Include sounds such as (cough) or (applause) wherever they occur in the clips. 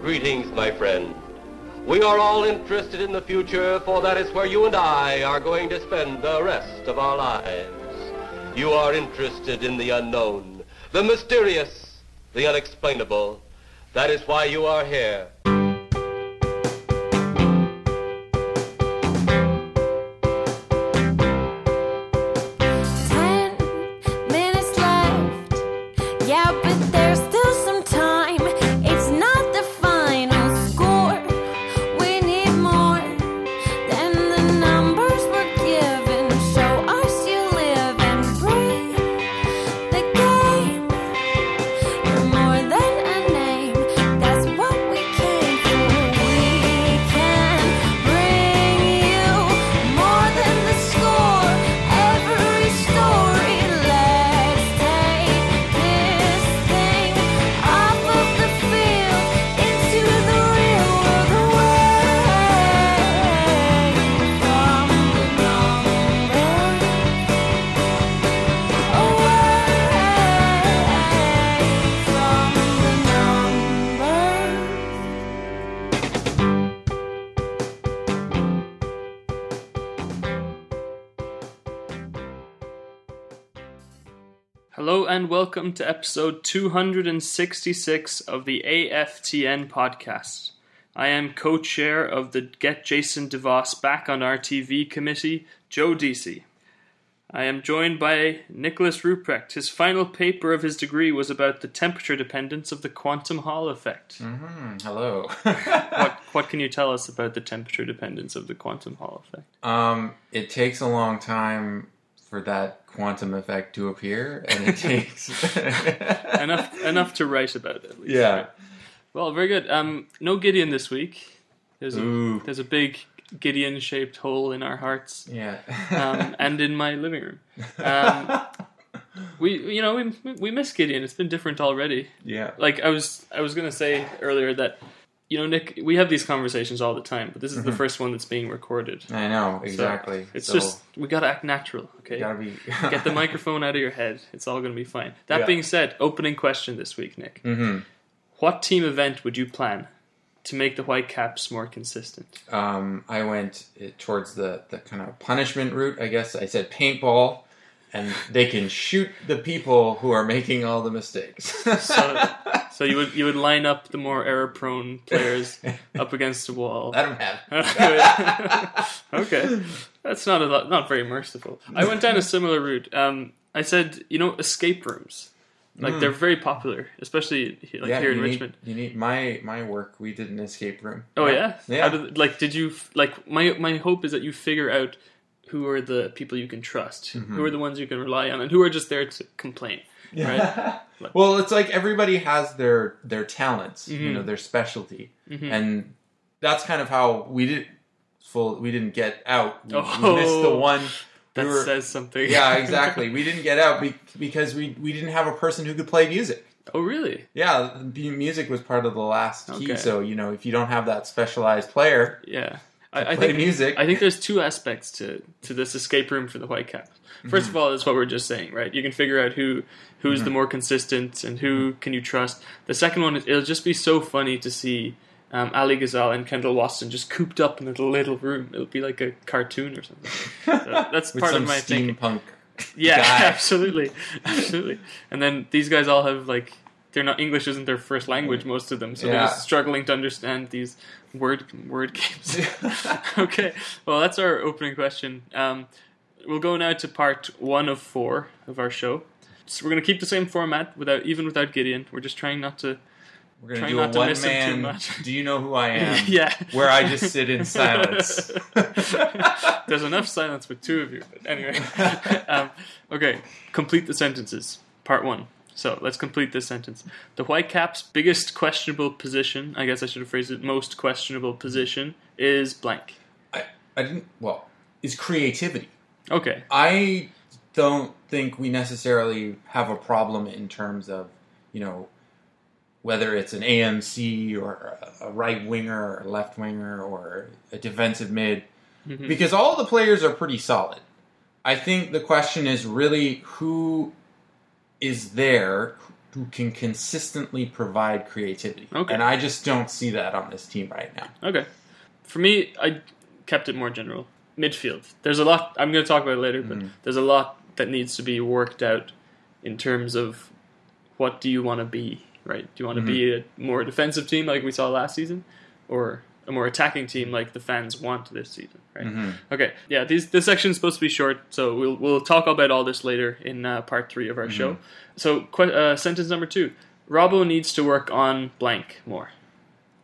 Greetings, my friend. We are all interested in the future, for that is where you and I are going to spend the rest of our lives. You are interested in the unknown, the mysterious, the unexplainable. That is why you are here. Ten minutes left. Yeah, but there's still some time. It's not the final score. We need more than the numbers were given. Show us you live and breathe the game. You're more than a name. That's what we came for. We can bring you more than the score. Every story. Let's take this thing off of the field into the real world away from the number. Away from the numbers. Hello and welcome to episode 266 of the AFTN podcast. I am co chair of the Get Jason DeVos Back on RTV committee, Joe Deasy. I am joined by Nicholas Ruprecht. His final paper of his degree was about the temperature dependence of the quantum Hall effect. Hello. (laughs) What, what can you tell us about the temperature dependence of the quantum Hall effect? um, it takes a long time for that quantum effect to appear, (laughs) and it takes. Enough, (laughs) enough to write about at least. (laughs) yeah. Well, very good. Um, no Gideon this week. There's a Ooh. there's a big Gideon-shaped hole in our hearts Yeah. (laughs) um, and in my living room. Um, we you know we we miss Gideon. It's been different already. yeah. Like I was I was gonna say earlier that you know Nick, we have these conversations all the time, but this is the first one that's being recorded. So I know Mm-hmm. exactly. it's So, just we gotta act natural. Okay. you gotta be. (laughs) Get (laughs) the microphone out of your head. It's all going to be fine. That Yeah. being said, opening question this week, Nick. Mhm. What team event would you plan to make the Whitecaps more (laughs) consistent? Um, I went uh, towards the the kind of punishment route. I guess I said paintball. And they can shoot the people who are making all the mistakes. (laughs) So, so you would you would line up the more error prone (laughs) players up against a wall. (laughs) Let them have. it. okay, that's not a lot, not very merciful. I went down a similar route. Um, I said, you know, escape rooms, like they're very popular, especially he- like Mm. yeah, here in you need- Richmond. You need my my work. We did an escape room. Oh yeah. Yeah. How did, like, did you f- like my my hope is that you figure out who are the people you can trust, Mm-hmm. who are the ones you can rely on, and who are just there to complain. (laughs) Right. Well, it's like everybody has their their talents, Mm-hmm. you know, their specialty, and that's kind of how we did. Full, we didn't get out. We, Oh, we missed the (laughs) one. That we were- says something. (laughs) (laughs) yeah, exactly. We didn't get out be, because we we didn't have a person who could play music. oh really? Yeah, the music was part of the last key. Okay. So you know, if you don't have that specialized player, Yeah. I, I play think music. I think there's two aspects to to this escape room for the Whitecaps. 1st Mm-hmm. of all, is what we we're just saying, right? You can figure out who who's the more consistent and who Mm-hmm. can you trust. The second one is it'll just be so funny to see um, Ali Ghazal and Kendall Watson just cooped up in a little, little room. It'll be like a cartoon or something. (laughs) So (laughs) that's with part some of my thinking. steampunk. Yeah, (laughs) guy. absolutely, absolutely. And then these guys all have like they're not English isn't their first language most of them, so they're Yeah. just struggling to understand these word word games. (laughs) (laughs) okay, well that's our opening question. Um, we'll go now to part one of four of our show. So we're gonna keep the same format without even without Gideon. We're just trying not to. (laughs) (laughs) We're gonna Try do not a to one miss him too man. much. Do you know who I am? (laughs) Yeah. where I just sit (laughs) in silence. (laughs) There's enough silence with two of you, but (laughs) anyway. (laughs) um, okay, complete the sentences. Part one. So let's complete this sentence. The Whitecaps' biggest questionable position, I guess I should have phrased it, most questionable position is blank. I, I didn't. Well, is creativity. Okay. I don't think we necessarily have a problem in terms of you know whether it's an AMC or a- a right winger or a left winger or a defensive mid Mm-hmm. because all the players are pretty solid. I think the question is really who is there, who can consistently provide creativity. Okay. And I just don't see that on this team right now. Okay. For me, I kept it more general. Midfield. There's a lot. I'm going to talk about it later, but there's a lot that needs to be worked out in terms of what do you want to be, right? Do you want to be a more defensive team like we saw last season, or a more attacking team like the fans want this season, right? Okay. Yeah. These this section's supposed to be short, so we'll we'll talk about all this later in uh, part three of our show. So, que- uh, sentence number two. Robbo needs to work on blank more.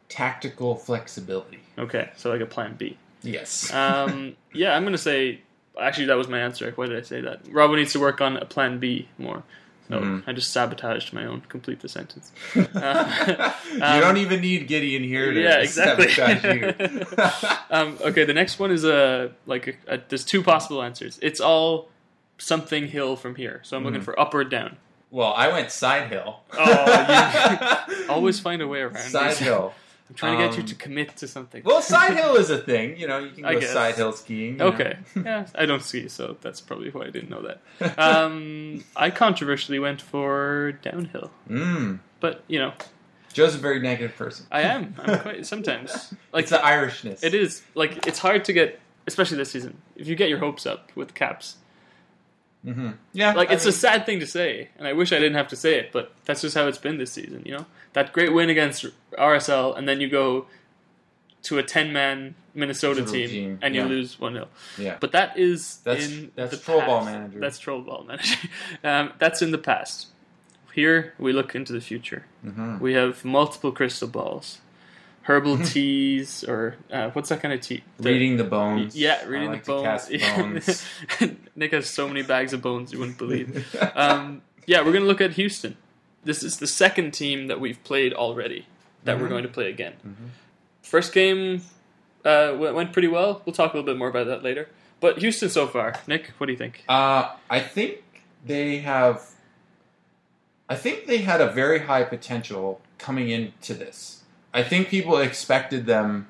Tactical flexibility. Okay, so like a plan B. Yes. Um, yeah, I'm gonna say. Actually, that was my answer. Why did I say that? Robbo needs to work on a plan B more. So Mm-hmm. I just sabotaged my own complete the sentence. (laughs) Uh, you um, don't even need Giddy in here to yeah, exactly. sabotage you. (laughs) um, okay, the next one is a like a, a, there's two possible answers. It's all something hill from here. So I'm looking Mm-hmm. for up or down. well, I went side hill. (laughs) Oh, Always find a way around. side hill. (laughs) I'm trying to get you um, to commit to something. Well, side hill is a thing. You know, you (laughs) can I go guess. side hill skiing. you know. (laughs) Okay. yeah, I don't ski, so that's probably why I didn't know that. (laughs) Um, I controversially went for downhill, (laughs) Mm. but you know, Joe's a very negative person. I am. I'm quite sometimes like (laughs) it's the Irishness. it is like it's hard to get, especially this season. If you get your hopes up with caps, Mm-hmm. Yeah. like I it's mean, a sad thing to say, and I wish I didn't have to say it, but that's just how it's been this season. You know, that great win against RSL, and then you go to a ten-man Minnesota Little team, team, and yeah. you lose one 0 Yeah. But that is That's- in that's the troll past. ball manager. That's troll ball manager. (laughs) Um, that's in the past. Here we look into the future. Mm-hmm. We have multiple crystal balls, (laughs) herbal teas, or uh, what's that kind of tea? The- reading the bones. Yeah, I reading like the bones. (laughs) To cast bones. Nick has so many bags of bones you wouldn't (laughs) believe. Um, yeah, we're gonna look at Houston. This is the second team that we've played already that we're going to play again. First game uh, went, went pretty well. We'll talk a little bit more about that later. But Houston so far, Nick, what do you think? Uh, I think they have. I think they had a very high potential coming into this. I think people expected them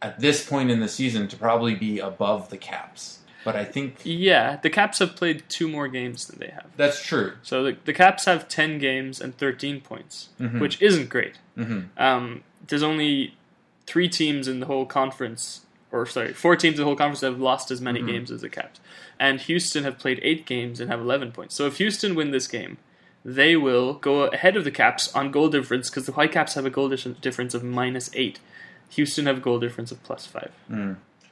at this point in the season to probably be above the caps, but I think Yeah, the Caps have played two more games than they have. that's true. So the, the Caps have 10 games and 13 points, Mm-hmm. which isn't great. Um, there's only three teams in the whole conference, or sorry, four teams in the whole conference that have lost as Mm-hmm. many games as the Caps. And Houston have played eight games and have 11 points. So if Houston win this game, they will go ahead of the Caps on goal difference because the Whitecaps have a goal dis- difference of minus eight. Houston have a goal difference of plus five.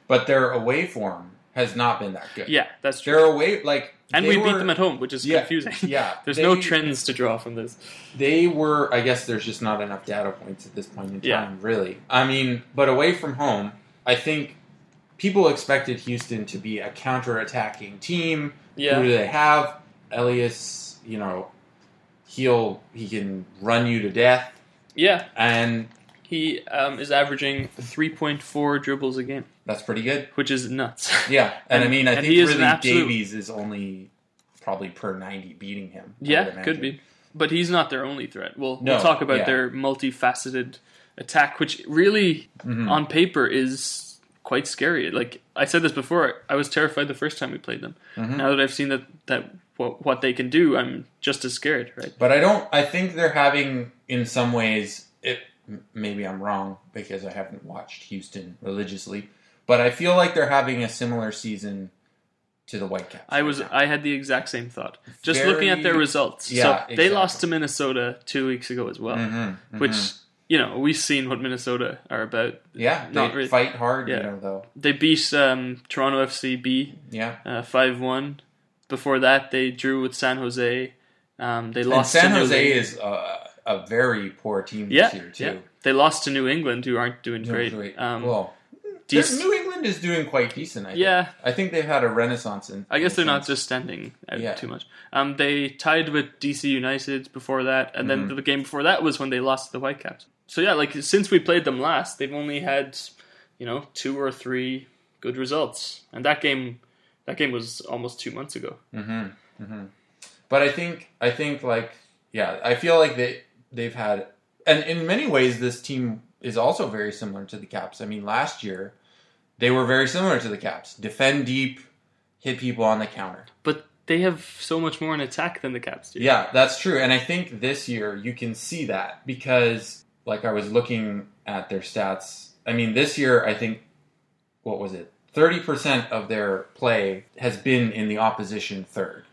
But their away form has not been that good. Yeah, that's true. their away like and we they beat were- them at home, which is Yeah, confusing. yeah, (laughs) There's no they- trends to draw from this. They were, I guess, there's just not enough data points at this point in time, Yeah. really. I mean, but away from home, I think people expected Houston to be a counterattacking team. Yeah. Who do they have? Elias, you know, he'll he can run you to death, Yeah, and He um, is averaging 3.4 dribbles a game, that's pretty good. which is nuts. (laughs) Yeah, and, I And- mean, I and think he is an really absolute- Davies is only probably per ninety beating him. I would yeah, imagine. could be. But he's not their only threat. We'll, No, we'll talk about yeah. their multifaceted attack, which really, Mm-hmm. on paper, is quite scary. Like I said this before, I was terrified the first time we played them. Mm-hmm. Now that I've seen that that what, what they can do, I'm just as scared. Right? But I don't. I think they're having, in some ways, it. m- Maybe I'm wrong because I haven't watched Houston religiously, but I feel like they're having a similar season to the Whitecaps. I right was now. I had the exact same thought. Just Very- looking at their results. so Yeah, they exactly. lost to Minnesota 2 weeks ago as Mm-hmm, well, which you know, we've seen what Minnesota are about. yeah, they not really- fight hard, yeah. you know. Though, They beat um, Toronto FCB yeah, uh, 5-1. Before that, they drew with San Jose. Um, they and lost San to Jose New is a, a very poor team yeah, this year too. yeah. They lost to New England, who aren't doing great. Great. Um, well, dec- they're- New England is doing quite decent. I think. Yeah. I think they've had a renaissance. In I guess they're not since- just standing out Yeah. too much. Um, they tied with DC United before that, and Mm-hmm. then the game before that was when they lost to the Whitecaps. So yeah, like since we played them last, they've only had you know two or three good results, and that game that game was almost two months ago. Mm-hmm, But I think I think like yeah, I feel like they they've had and in many ways this team is also very similar to the Caps. I mean, last year they were very similar to the Caps. Defend deep, hit people on the counter. But they have so much more in attack than the Caps do. Yeah, that's true. And I think this year you can see that because, like, I was looking at their stats. I mean, this year, I think, what was it? 30% of their play has been in the opposition third,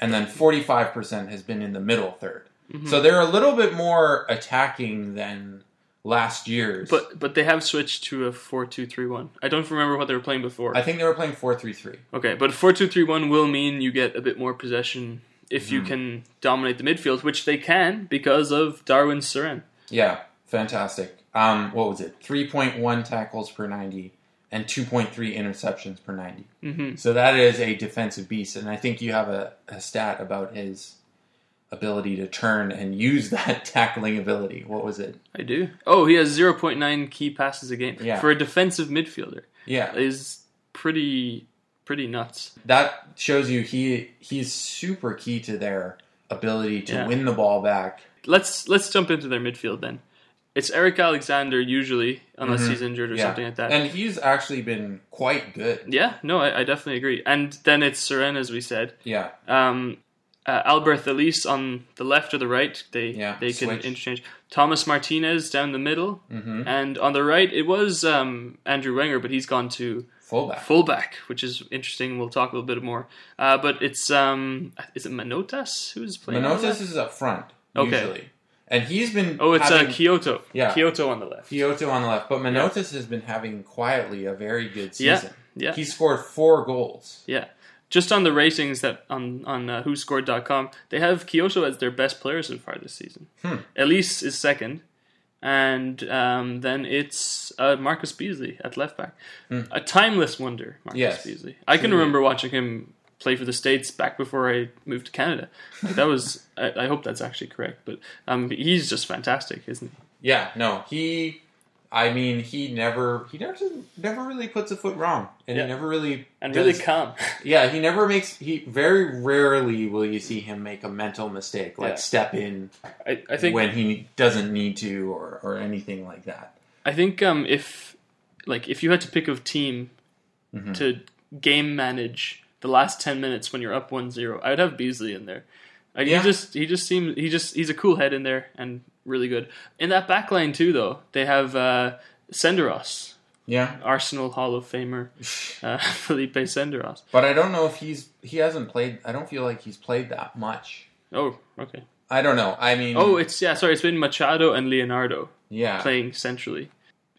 and then 45% has been in the middle 3rd Mm-hmm. So they're a little bit more attacking than last year's. But but they have switched to a four two three one. I don't remember what they were playing before. I think they were playing four three three. Okay, but four two three one will mean you get a bit more possession if Hmm. you can dominate the midfield, which they can because of Darwin Surin. Yeah, fantastic. Um, what was it? 3.1 tackles per 90 and 2.3 interceptions per 90. Mhm. So that is a defensive beast. And I think you have a, a stat about his ability to turn and use (laughs) that tackling ability. What was it? I do. Oh, he has zero point nine key passes a game Yeah. for a defensive midfielder. Yeah. Is pretty pretty nuts. That shows you he he's super key to their ability to Yeah. win the ball back. Let's let's jump into their midfield then. It's Eric Alexander usually, unless he's injured or Mm-hmm. Yeah. something like that. And he's actually been quite good. yeah, no, I, I definitely agree. And then it's Surin, as we said. Yeah. um, uh, Albert Elise on the left or the right. They Yeah, they can switch. interchange. Thomas Martinez down the middle, Mhm. and on the right it was um, Andrew Wenger, but he's gone to Fullback. fullback, which is interesting. We'll talk a little bit more. Uh, but it's um, is it Manotas who's playing? on the Minotas left? is up front Okay. usually. And he's been Oh, it's uh, having- Kyoto. Yeah. Kyoto on the left. Kyoto on the left, but Minotas has been having quietly a very good Yeah, season. yeah. He scored four goals. Yeah. Just on the ratings that on on uh, WhoScored.com, they have Kyoto as their best player so far this season. Hmm. Elise is second, and um, then it's uh, Marcus Beasley at left back, a timeless wonder. Marcus Hmm. Yes. Beasley. I can Truly. remember watching him play for the states back before I moved to Canada. Like, that was (laughs) I, I hope that's actually correct, but um, he's just fantastic, isn't he? Yeah, no, he. I mean, he never, he never, never really puts a foot wrong, and Yeah. he never really And does- really calm. Yeah, he never makes. He very rarely will you see him make a mental mistake, like Yeah. step in I, I think when he doesn't need to, or or anything like that. I think um, if like if you had to pick a team to game manage the last ten minutes when you're up 1-0, I would have Beasley in there. Like Yeah. he just he just seems he just he's a cool head in there and really good in that back line too. Though they have uh, Senderos, Yeah, Arsenal Hall of Famer uh, Felipe Senderos. but I don't know if he's he hasn't played. I don't feel like he's played that much. Oh, okay. I don't know. I mean, Oh, it's yeah. Sorry, it's been Machado and Leonardo. yeah, playing centrally.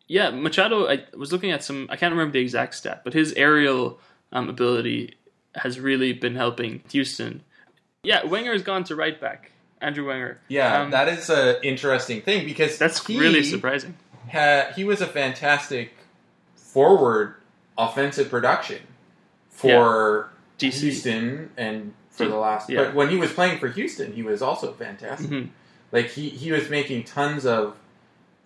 Yeah, Machado. I was looking at some. I can't remember the exact stat, but his aerial um, ability has really been helping Houston. Yeah, Wenger has gone to right back. Andrew Wenger. Yeah, Um, that is an interesting thing because that's he really surprising. ha- he was a fantastic forward offensive production for DC. Houston and for D- the last. yeah. But when he was playing for Houston, he was also fantastic. Mhm. Like he he was making tons of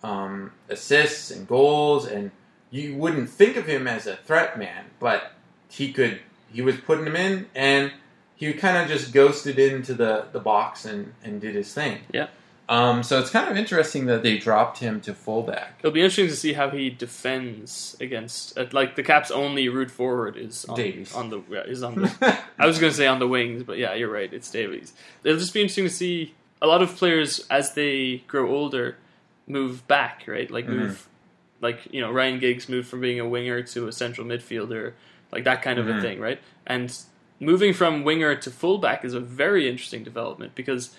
um, assists and goals, and you wouldn't think of him as a threat man, but he could. He was putting them in, and he kind of just ghosted into the, the box and, and did his thing. Yeah. Um, so it's kind of interesting that they dropped him to fullback. (laughs) It'll be interesting to see how he defends against uh, like the Caps' only route forward is on, Davies. on the yeah, is on the. I was going to say on the wings, but yeah, you're right. It's Davies. It'll just be interesting to see a lot of players as they grow older move back, right? Like Mm-hmm. move, like you know Ryan Giggs moved from being a winger to a central midfielder, like that kind of a Mhm. thing, right? And moving from winger to fullback is a very interesting development because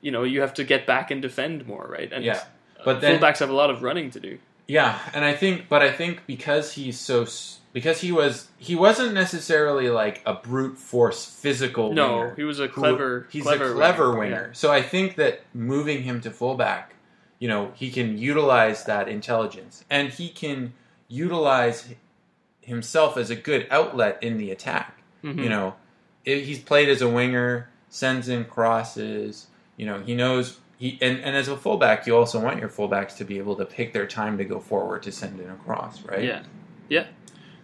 you know you have to get back and defend more, right? And Yeah. But then, fullbacks have a lot of running to do. yeah, and I think, but I think because he's so, s- because he was, he wasn't necessarily like a brute force physical. No, winger he was a who- clever. He's clever a clever winger. winger. So I think that moving him to fullback, you know, he can utilize that intelligence, and he can utilize h- himself as a good outlet in the attack. Mhm. You know, if he's played as a winger, sends in crosses. You know, he knows he and, and as a fullback, you also want your fullbacks to be able to pick their time to go forward to send in a cross, right? Yeah, yeah.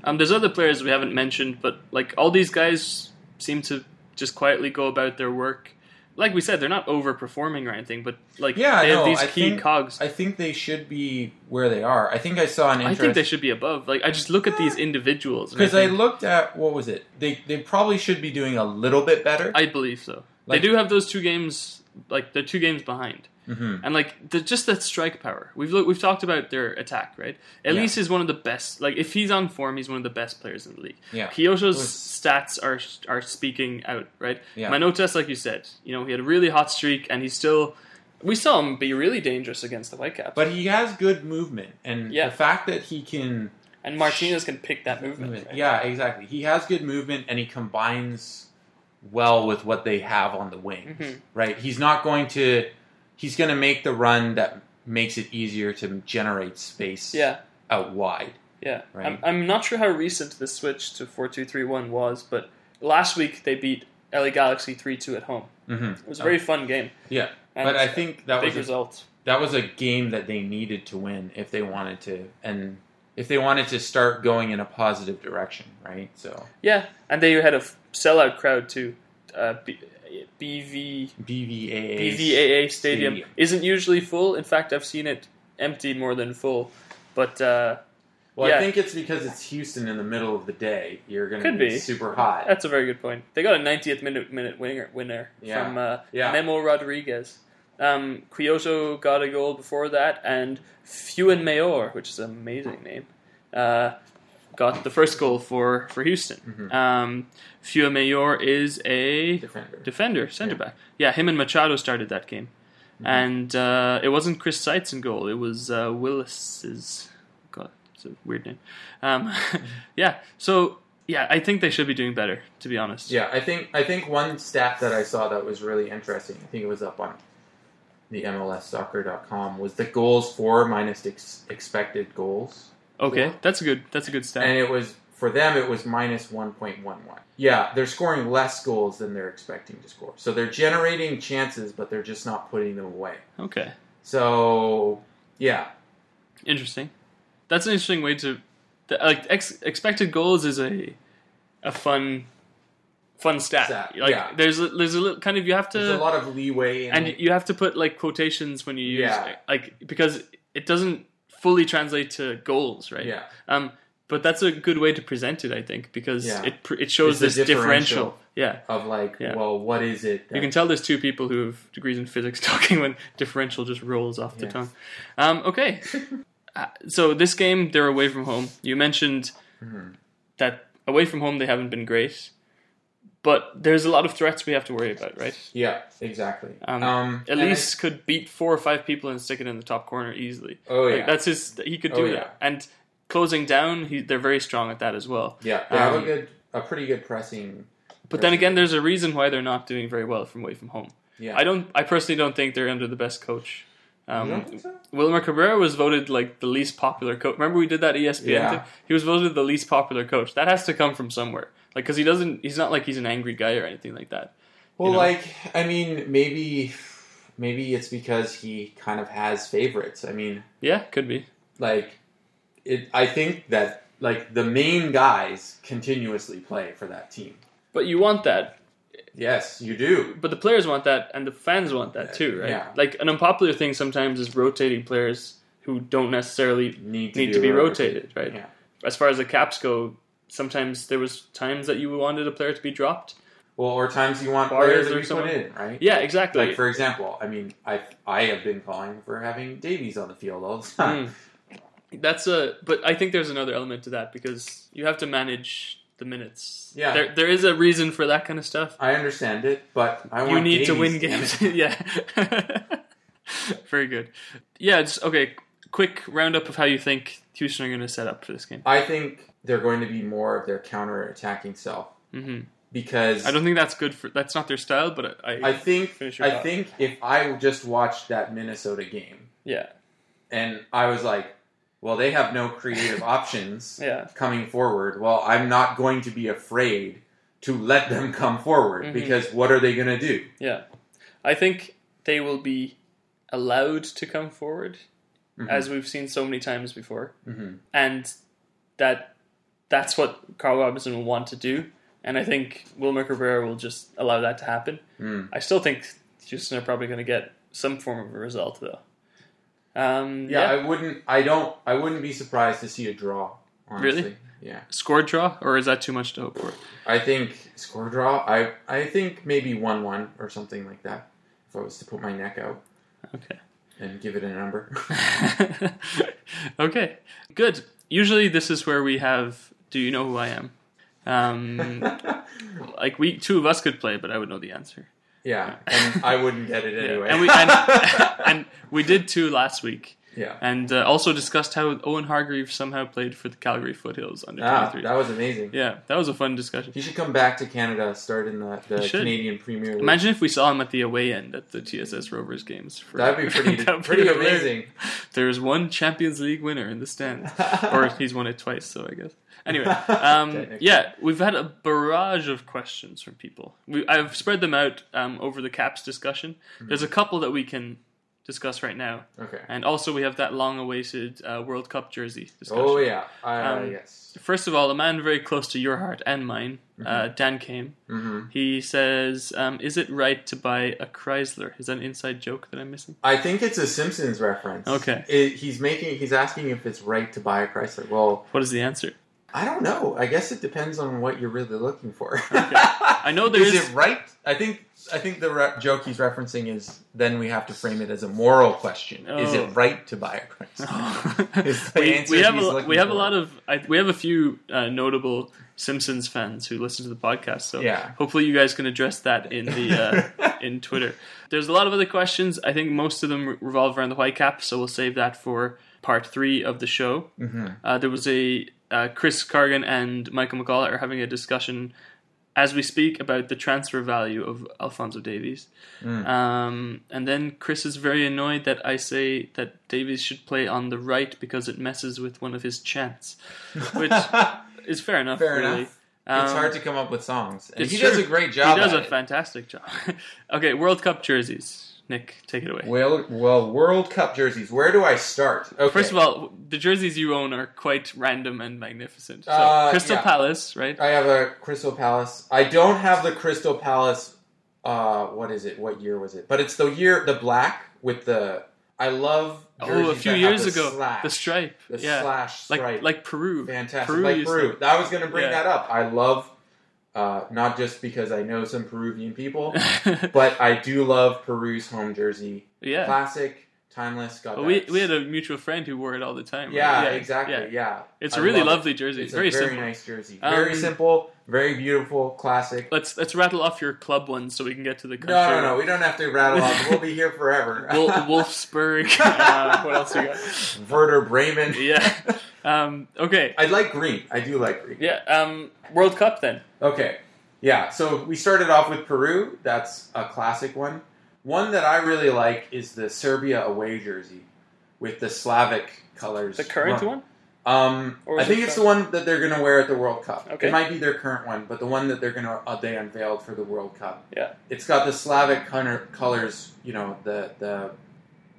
Um, there's other players we haven't mentioned, but like all these guys seem to just quietly go about their work. like we said, they're not overperforming or anything, but like Yeah, they no, have these I key think, cogs. I, I think they should be where they are. I think I saw an interest. think they should be above. Like I just look at these individuals and I because I think- looked at what was it? They they probably should be doing a little bit better. I believe so. Like- they do have those two games, like they're two games behind, mm-hmm. and like the, just that strike power. We've look, we've talked about their attack, right? Elise is one of the best. Like if he's on form, he's one of the best players in the league. Yeah. Kyoto's Was- stats are are speaking out, right? Yeah. Manotas, like you said, you know he had a really hot streak, and he's still. We saw him be really dangerous against the Whitecaps, but he has good movement, and Yeah. the fact that he can and Martinez can pick that movement. right? Yeah, exactly. He has good movement and he combines well with what they have on the wings, Mhm. right? He's not going to he's going to make the run that makes it easier to generate space yeah. out wide. Yeah, Right. I'm, I'm not sure how recent the switch to four two three one was, but last week they beat LA Galaxy three two at home. Mm-hmm. It was a very fun game. Yeah. And but I it's a think that big was a, result. that was a game that they needed to win if they wanted to and if they wanted to start going in a positive direction, right? So Yeah, and they had a f- sellout crowd too. Uh, B- BV BVAA BVAA stadium, Stadium. isn't usually full. In fact, I've seen it empty more than full. But uh, Well, Yeah. I think it's because it's Houston in the middle of the day. You're going to Could be, be. super hot. that's a very good point. They got a 90th minute minute winner, winner Yeah. from uh, Yeah. Memo Rodriguez. Um, Kyoto got a goal before that, and Fuen Mayor, which is an amazing name, uh, got the first goal for for Houston. Mm-hmm. Um, Fuen Mayor is a Defender. defender, center back. Yeah, him and Machado started that game, Mm-hmm. and uh, it wasn't Chris Seitz in goal. It was uh, Willis's. God, it's a weird name. Um, (laughs) yeah, so yeah, I think they should be doing better, to be honest. Yeah, I think I think one stat that I saw that was really interesting. I think it was up on the MLSsoccer.com was the goals for minus ex- expected goals, Okay, Yeah. that's a good. That's a good stat. and it was for them it was minus one point one one. Yeah, they're scoring less goals than they're expecting to score, so they're generating chances, but they're just not putting them away. okay, So yeah, interesting. That's an interesting way to, th- like ex- expected goals is a, a fun, fun stat. Stat, Like yeah. there's a, there's a little kind of you have to there's a lot of leeway. In and it. you have to put like quotations when you use Yeah. like because it doesn't fully translate to goals, right? Yeah. Um, but that's a good way to present it, I think, because Yeah. it pr- it shows It's a this differential. differential. Yeah. of like, Yeah. well, what is it? That, You can tell there's two people who have degrees in physics (laughs) talking when differential just rolls off the Yes. tongue. Um, (laughs) okay. Uh, so this game, they're away from home. You mentioned Mm-hmm. that away from home they haven't been great, but there's a lot of threats we have to worry about, right? yeah, exactly. Um, at and I- least could beat four or five people and stick it in the top corner easily. Oh, Like, yeah. that's his. He could Oh, do yeah. that. And closing down, he, they're very strong at that as well. yeah, they have Um, a good, a pretty good pressing. But then again, there's a reason why they're not doing very well from away from home. Yeah. I don't. I personally don't think they're under the best coach. Um, don't think so? Wilmer Cabrera was voted like the least popular coach. Remember we did that E ESPN Yeah. thing? He was voted the least popular coach. That has to come from somewhere. Like because he doesn't. He's not like he's an angry guy or anything like that. Well, you know? like I mean, maybe maybe it's because he kind of has favorites. I mean, Yeah, could be. like it. I think that like the main guys continuously play for that team. But you want that Yes, you do. but the players want that and the fans want that too, right? Yeah. Like an unpopular thing sometimes is rotating players who don't necessarily Need to need be to be rotated, rotated. right? Yeah. As far as the caps go, sometimes there was times that you wanted a player to be dropped. Well, or times you want Suarez players or to be someone. put in, right? Yeah, exactly. Like for example, I mean, I I have been calling for having Davies on the field all the time. Mm. That's a but I think there's another element to that because you have to manage the minutes. Yeah. There there is a reason for that kind of stuff. I understand it, but I want you need to win Davies, damn it. (laughs) games. (laughs) yeah. (laughs) Very good. Yeah, just okay. Quick roundup of how you think Houston are going to set up for this game. I think they're going to be more of their counter-attacking self Mhm. because I don't think that's good for. That's not their style, but I. I think Finish your I thought. think if I just watched that Minnesota game yeah, and I was like, well, they have (laughs) no creative options Yeah. coming forward. Well, I'm not going to be afraid to let them come forward Mm-hmm. because what are they going to do? yeah. I think they will be allowed to come forward, as we've seen so many times before, Mm-hmm. and that that's what Carl Robinson Hmm. will want to do. And I think Wilmer Cabrera will just allow that to happen. I still think Houston are probably going to get some form of a result though. Um, yeah, Yeah, I wouldn't. I don't. I wouldn't be surprised to see a draw. Honestly. Really? Yeah. score draw, or is that too much to hope for? I think score draw. I I think maybe one one or something like that. If I was to put my neck out Okay. and give it a number. (laughs) (laughs) okay, good. Usually, this is where we have. Do you know who I am? (laughs) Um, like we two of us could play, but I would know the answer. yeah, and I wouldn't get it Yeah, anyway. and we (laughs) (laughs) and, and we did two last week, yeah. and uh, also discussed how Owen Hargreaves somehow played for the Calgary Foothills under Ah, twenty three. that was amazing. yeah, that was a fun discussion. He should come back to Canada, start in the, the He should. Canadian Premier League. Imagine if we saw him at the away end at the TSS Rovers games. For, (laughs) That'd be pretty That'd be pretty hilarious. amazing. There's one Champions League winner in the (laughs) stands, or he's won it twice, so I guess. Anyway, um, Technically. yeah, we've had a barrage of questions from people. We, I've spread them out um, over the caps discussion. There's Hmm. a couple that we can discuss right now, Okay. and also we have that long-awaited uh, World Cup jersey discussion. Oh yeah. I Um, yes. First of all, a man very close to your heart and mine, uh, Mm-hmm. Dan Kame. hmm He says, um, "Is it right to buy a Chrysler?" Is that an inside joke that I'm missing? I think it's a Simpsons reference. Okay. It, he's making. He's asking if it's right to buy a Chrysler. Well, What is the answer? I don't know. I guess it depends on what you're really looking for. I (laughs) know there is. it right? I think I think the re- joke he's referencing is then we have to frame it as a moral question. Is Oh. it right to buy a Chrysler? (laughs) It's the we, answer we have he's a, looking we have a for. lot of I, we have a few uh, notable Simpsons fans who listen to the podcast. So Yeah. hopefully you guys can address that in the (laughs) uh, in Twitter. There's a lot of other questions. I think most of them re- revolve around the white cap, so we'll save that for part three of the show. Mm-hmm. Uh, there was a uh, Chris Cargan and Michael McCall are having a discussion as we speak about the transfer value of Alfonso Davies. Mm. Um, and then Chris is very annoyed that I say that Davies should play on the right because it messes with one of his (laughs) chants, which is fair enough. Fair really. enough. it's Um, hard to come up with songs. And it's he does true. a great job. He does at a it. fantastic job. (laughs) okay, World Cup jerseys. Nick, take it away. Well, well, World Cup jerseys. Where do I start? Okay. First of all, the jerseys you own are quite random and magnificent. So, Uh, Crystal yeah. Uh, Palace, right? I have a Crystal Palace. I don't have the Crystal Palace. Uh, what is it? What year was it? But it's the year the black with the. I love. Oh, a jerseys few that have years the ago, slash, the stripe. the yeah, slash like stripe, like Peru. fantastic, Peru like used Peru. to- I was going to bring Yeah. that up. I love. Uh, not just because I know some Peruvian (laughs) people, but I do love Peru's home jersey. yeah. Classic, timeless. Got Well, we, that- we had a mutual friend who wore it all the time. right? yeah, exactly. yeah. Yeah, It's a a really lovely jersey. It's, It's very, a very simple. nice jersey. Um, very simple, very beautiful, classic. Let's let's rattle off your club ones so we can get to the country. No, no, no. We don't have to rattle off. We'll be here (laughs) forever. Wol- Wolfsburg. (laughs) (laughs) uh, what else you got? Werder Bremen. Yeah. Um, okay. I like green. I do like green. Yeah. Um, World Cup then. Okay. Yeah. So we started off with Peru. That's a classic one. One that I really like is the Serbia away jersey with the Slavic colors. The current one. Run- Um, Or I is think it it's the- the one that they're going to wear at the World Cup. Okay. It might be their current one, but the one that they're going to uh, they unveiled for the World Cup. Yeah. It's got the Slavic color, colors, you know, the the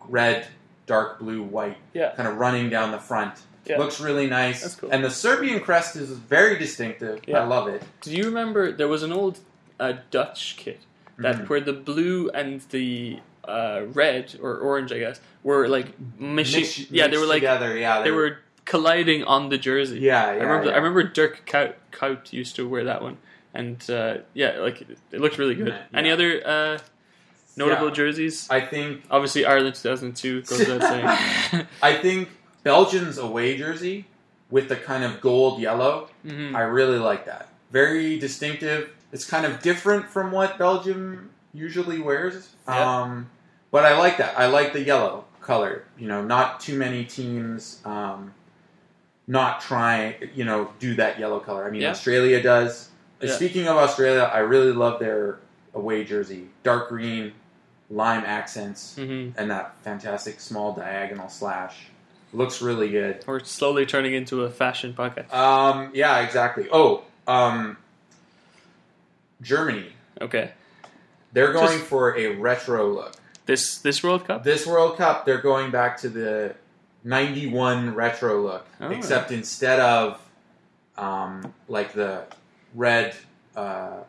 red, dark blue, white, Yeah. kind of running down the front. Yeah. Looks really nice. That's cool. And the Serbian crest is very distinctive. Yeah. I love it. Do you remember there was an old uh, Dutch kit that Mhm. where the blue and the uh, red or orange, I guess, were like mishing. Mixed- yeah, they mixed were like together. Yeah, they were colliding on the jersey. Yeah, yeah. I remember. yeah. I remember Dirk Kaut, Kaut used to wear that one, and uh, yeah, like it it looked really good. Yeah. Any other uh, notable Yeah. jerseys? I think Obviously, Ireland 2002 goes without (laughs) saying. I think Belgium's away jersey with the kind of gold yellow. Mhm. I really like that. Very distinctive. It's kind of different from what Belgium usually wears. Yeah. Um, but I like that. I like the yellow color. You know, not too many teams um, not try, you know, do that yellow color. I mean, Yeah. Australia does. Uh, Yeah. Speaking of Australia, I really love their away jersey. Dark green, lime accents, Mhm. and that fantastic small diagonal slash. Looks really good. We're slowly turning into a fashion podcast. Um, yeah, exactly. Oh, um, Germany. Okay, They're going Just- for a retro look. this this World Cup. This World Cup, they're going back to the 91 retro look, Oh. except instead of um, like the red, uh,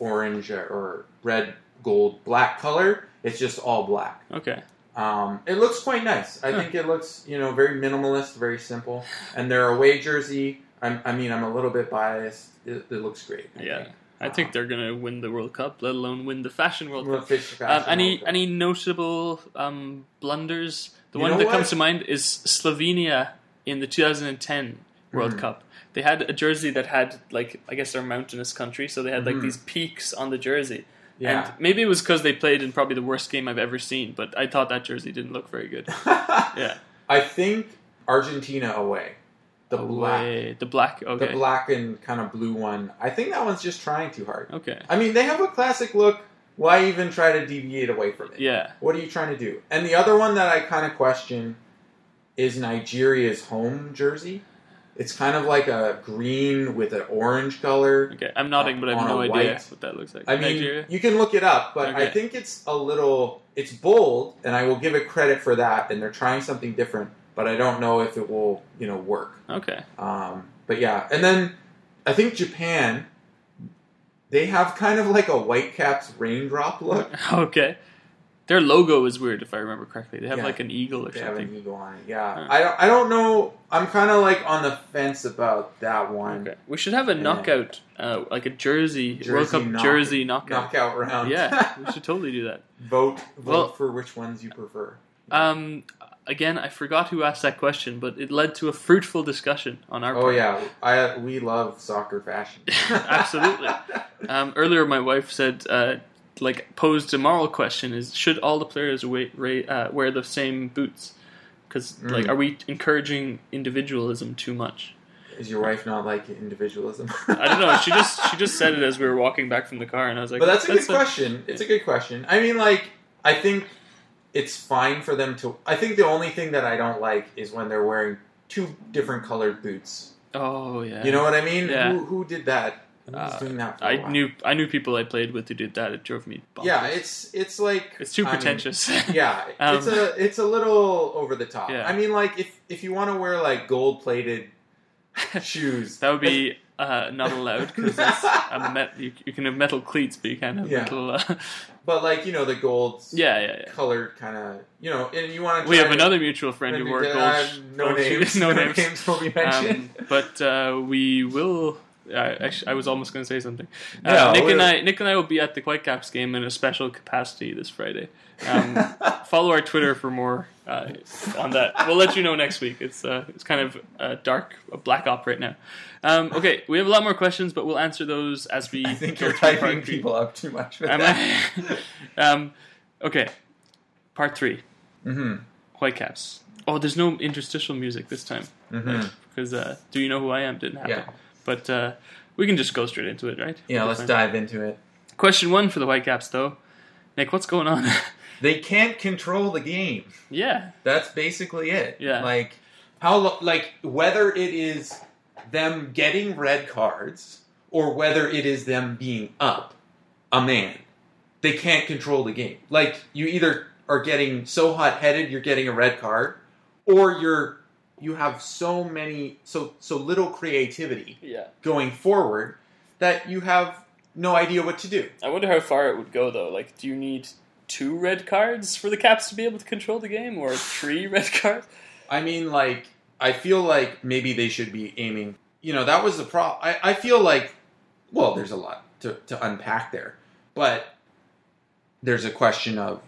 orange, or red, gold black color. It's just all black. Okay. Um, it looks quite nice. I Huh. think it looks, you know, very minimalist, very simple. And their away jersey, I'm, I mean, I'm a little bit biased. It, it looks great. I Yeah. think. I think they're gonna win the World Cup, let alone win the Fashion World Well, Cup. fish Um, fashion any World Cup. any notable um, blunders? The You one know that what? comes to mind is Slovenia in the 2010 World Mhm. Cup. They had a jersey that had like I guess they're a mountainous country, so they had like Mhm. these peaks on the jersey. yeah. (laughs) And maybe it was because they played in probably the worst game I've ever seen, but I thought that jersey didn't look very good. Yeah, I think Argentina away. The black. Away- Oh, the black. Okay, The black and kind of blue one. I think that one's just trying too hard. okay, I mean, they have a classic look. Why even try to deviate away from it? yeah, What are you trying to do? And the other one that I kind of question is Nigeria's home jersey. It's kind of like a green with an orange color. okay. I'm nodding, but I have On no a idea white- what that looks like. I mean, Nigeria? you can look it up, but I Okay. think it's a little it's bold and I will give it credit for that and they're trying something different, but I don't know if it will, you know, work. okay, (laughs) Um, but yeah, and then I think Japan they have kind of like a Whitecaps raindrop look. okay. Their logo is weird, if I remember correctly. They have Yeah. like an eagle or They have something. an eagle on it. Yeah, Huh. I don't. I don't know. I'm kind of like on the fence about that one Okay. We should have a Yeah. knockout, uh, like a jersey, World Jersey Cup knock- jersey knockout. knockout round. Yeah, (laughs) we should totally do that. vote vote Well- for which ones you prefer. Um, again, I forgot who asked that question, but it led to a fruitful discussion on our. Oh part. yeah, I we love soccer fashion. (laughs) (laughs) Absolutely. Um, earlier, my wife said, uh, like, posed a moral question: Is should all the players wa- ra- uh, wear the same boots? Because like, Mm. are we encouraging individualism too much? Is your wife not like individualism? I don't know. She just she just said it as we were walking back from the car, and I was like, (laughs) But that's a not- good question. It's a good question. I mean, like, I think it's fine for them to. I think the only thing that I don't like is when they're wearing two different colored boots. Oh yeah. You know what I mean? Yeah. Who, who did that? Who was Uh, doing that? For a I while? knew I knew people I played with who did that. It drove me. Bonkers. Oh, Yeah, it's it's like it's too I mean, pretentious. yeah, Um, it's a it's a little over the top. Yeah. I mean, like if if you want to wear like gold plated (laughs) (laughs) shoes, that would be uh, not allowed because (laughs) a met, you, you can have metal cleats, but you can't have Yeah. metal. Uh, (laughs) but like you know the gold yeah, yeah, yeah. colored kind of you know, and you want to. We have another mutual friend who wore gold. sh- (laughs) no gold names. shoes. (laughs) no names. will be mentioned. (laughs) (laughs) Um, but uh, we will. I, I, sh- I was almost going to say something. Uh, No, Nick and we're- I, Nick and I will be at the Whitecaps game in a special capacity this Friday. (laughs) Um, follow our Twitter for more uh, on that. We'll let you know next week. It's uh, it's kind of uh, dark, a black op right now. Um, okay, we have a lot more questions, but we'll answer those as we I think go you're through hyping part three. people up too much. With Am that. I? (laughs) um, okay, part three, Mhm. Whitecaps. Oh, there's no interstitial music this time Mhm. because uh, "Do You Know Who I Am" didn't happen. Yeah. But uh, we can just go straight into it, right? Yeah, We'll let's find- dive into it. Question one for the Whitecaps, though. Nick, what's going on? (laughs) They can't control the game. yeah, That's basically it. Yeah. Like how lo- like whether it is them getting red cards or whether it is them being up a man, they can't control the game. Like you either are getting so hot-headed you're getting a red card or you're you have so many so so little creativity yeah. going forward that you have no idea what to do. I wonder how far it would go, though. Like, do you need two red cards for the Caps to be able to control the game, or three (laughs) red cards? I mean, like, I feel like maybe they should be aiming. You know, that was the problem. I, I feel like, well, there's a lot to, to unpack there, but there's a question of,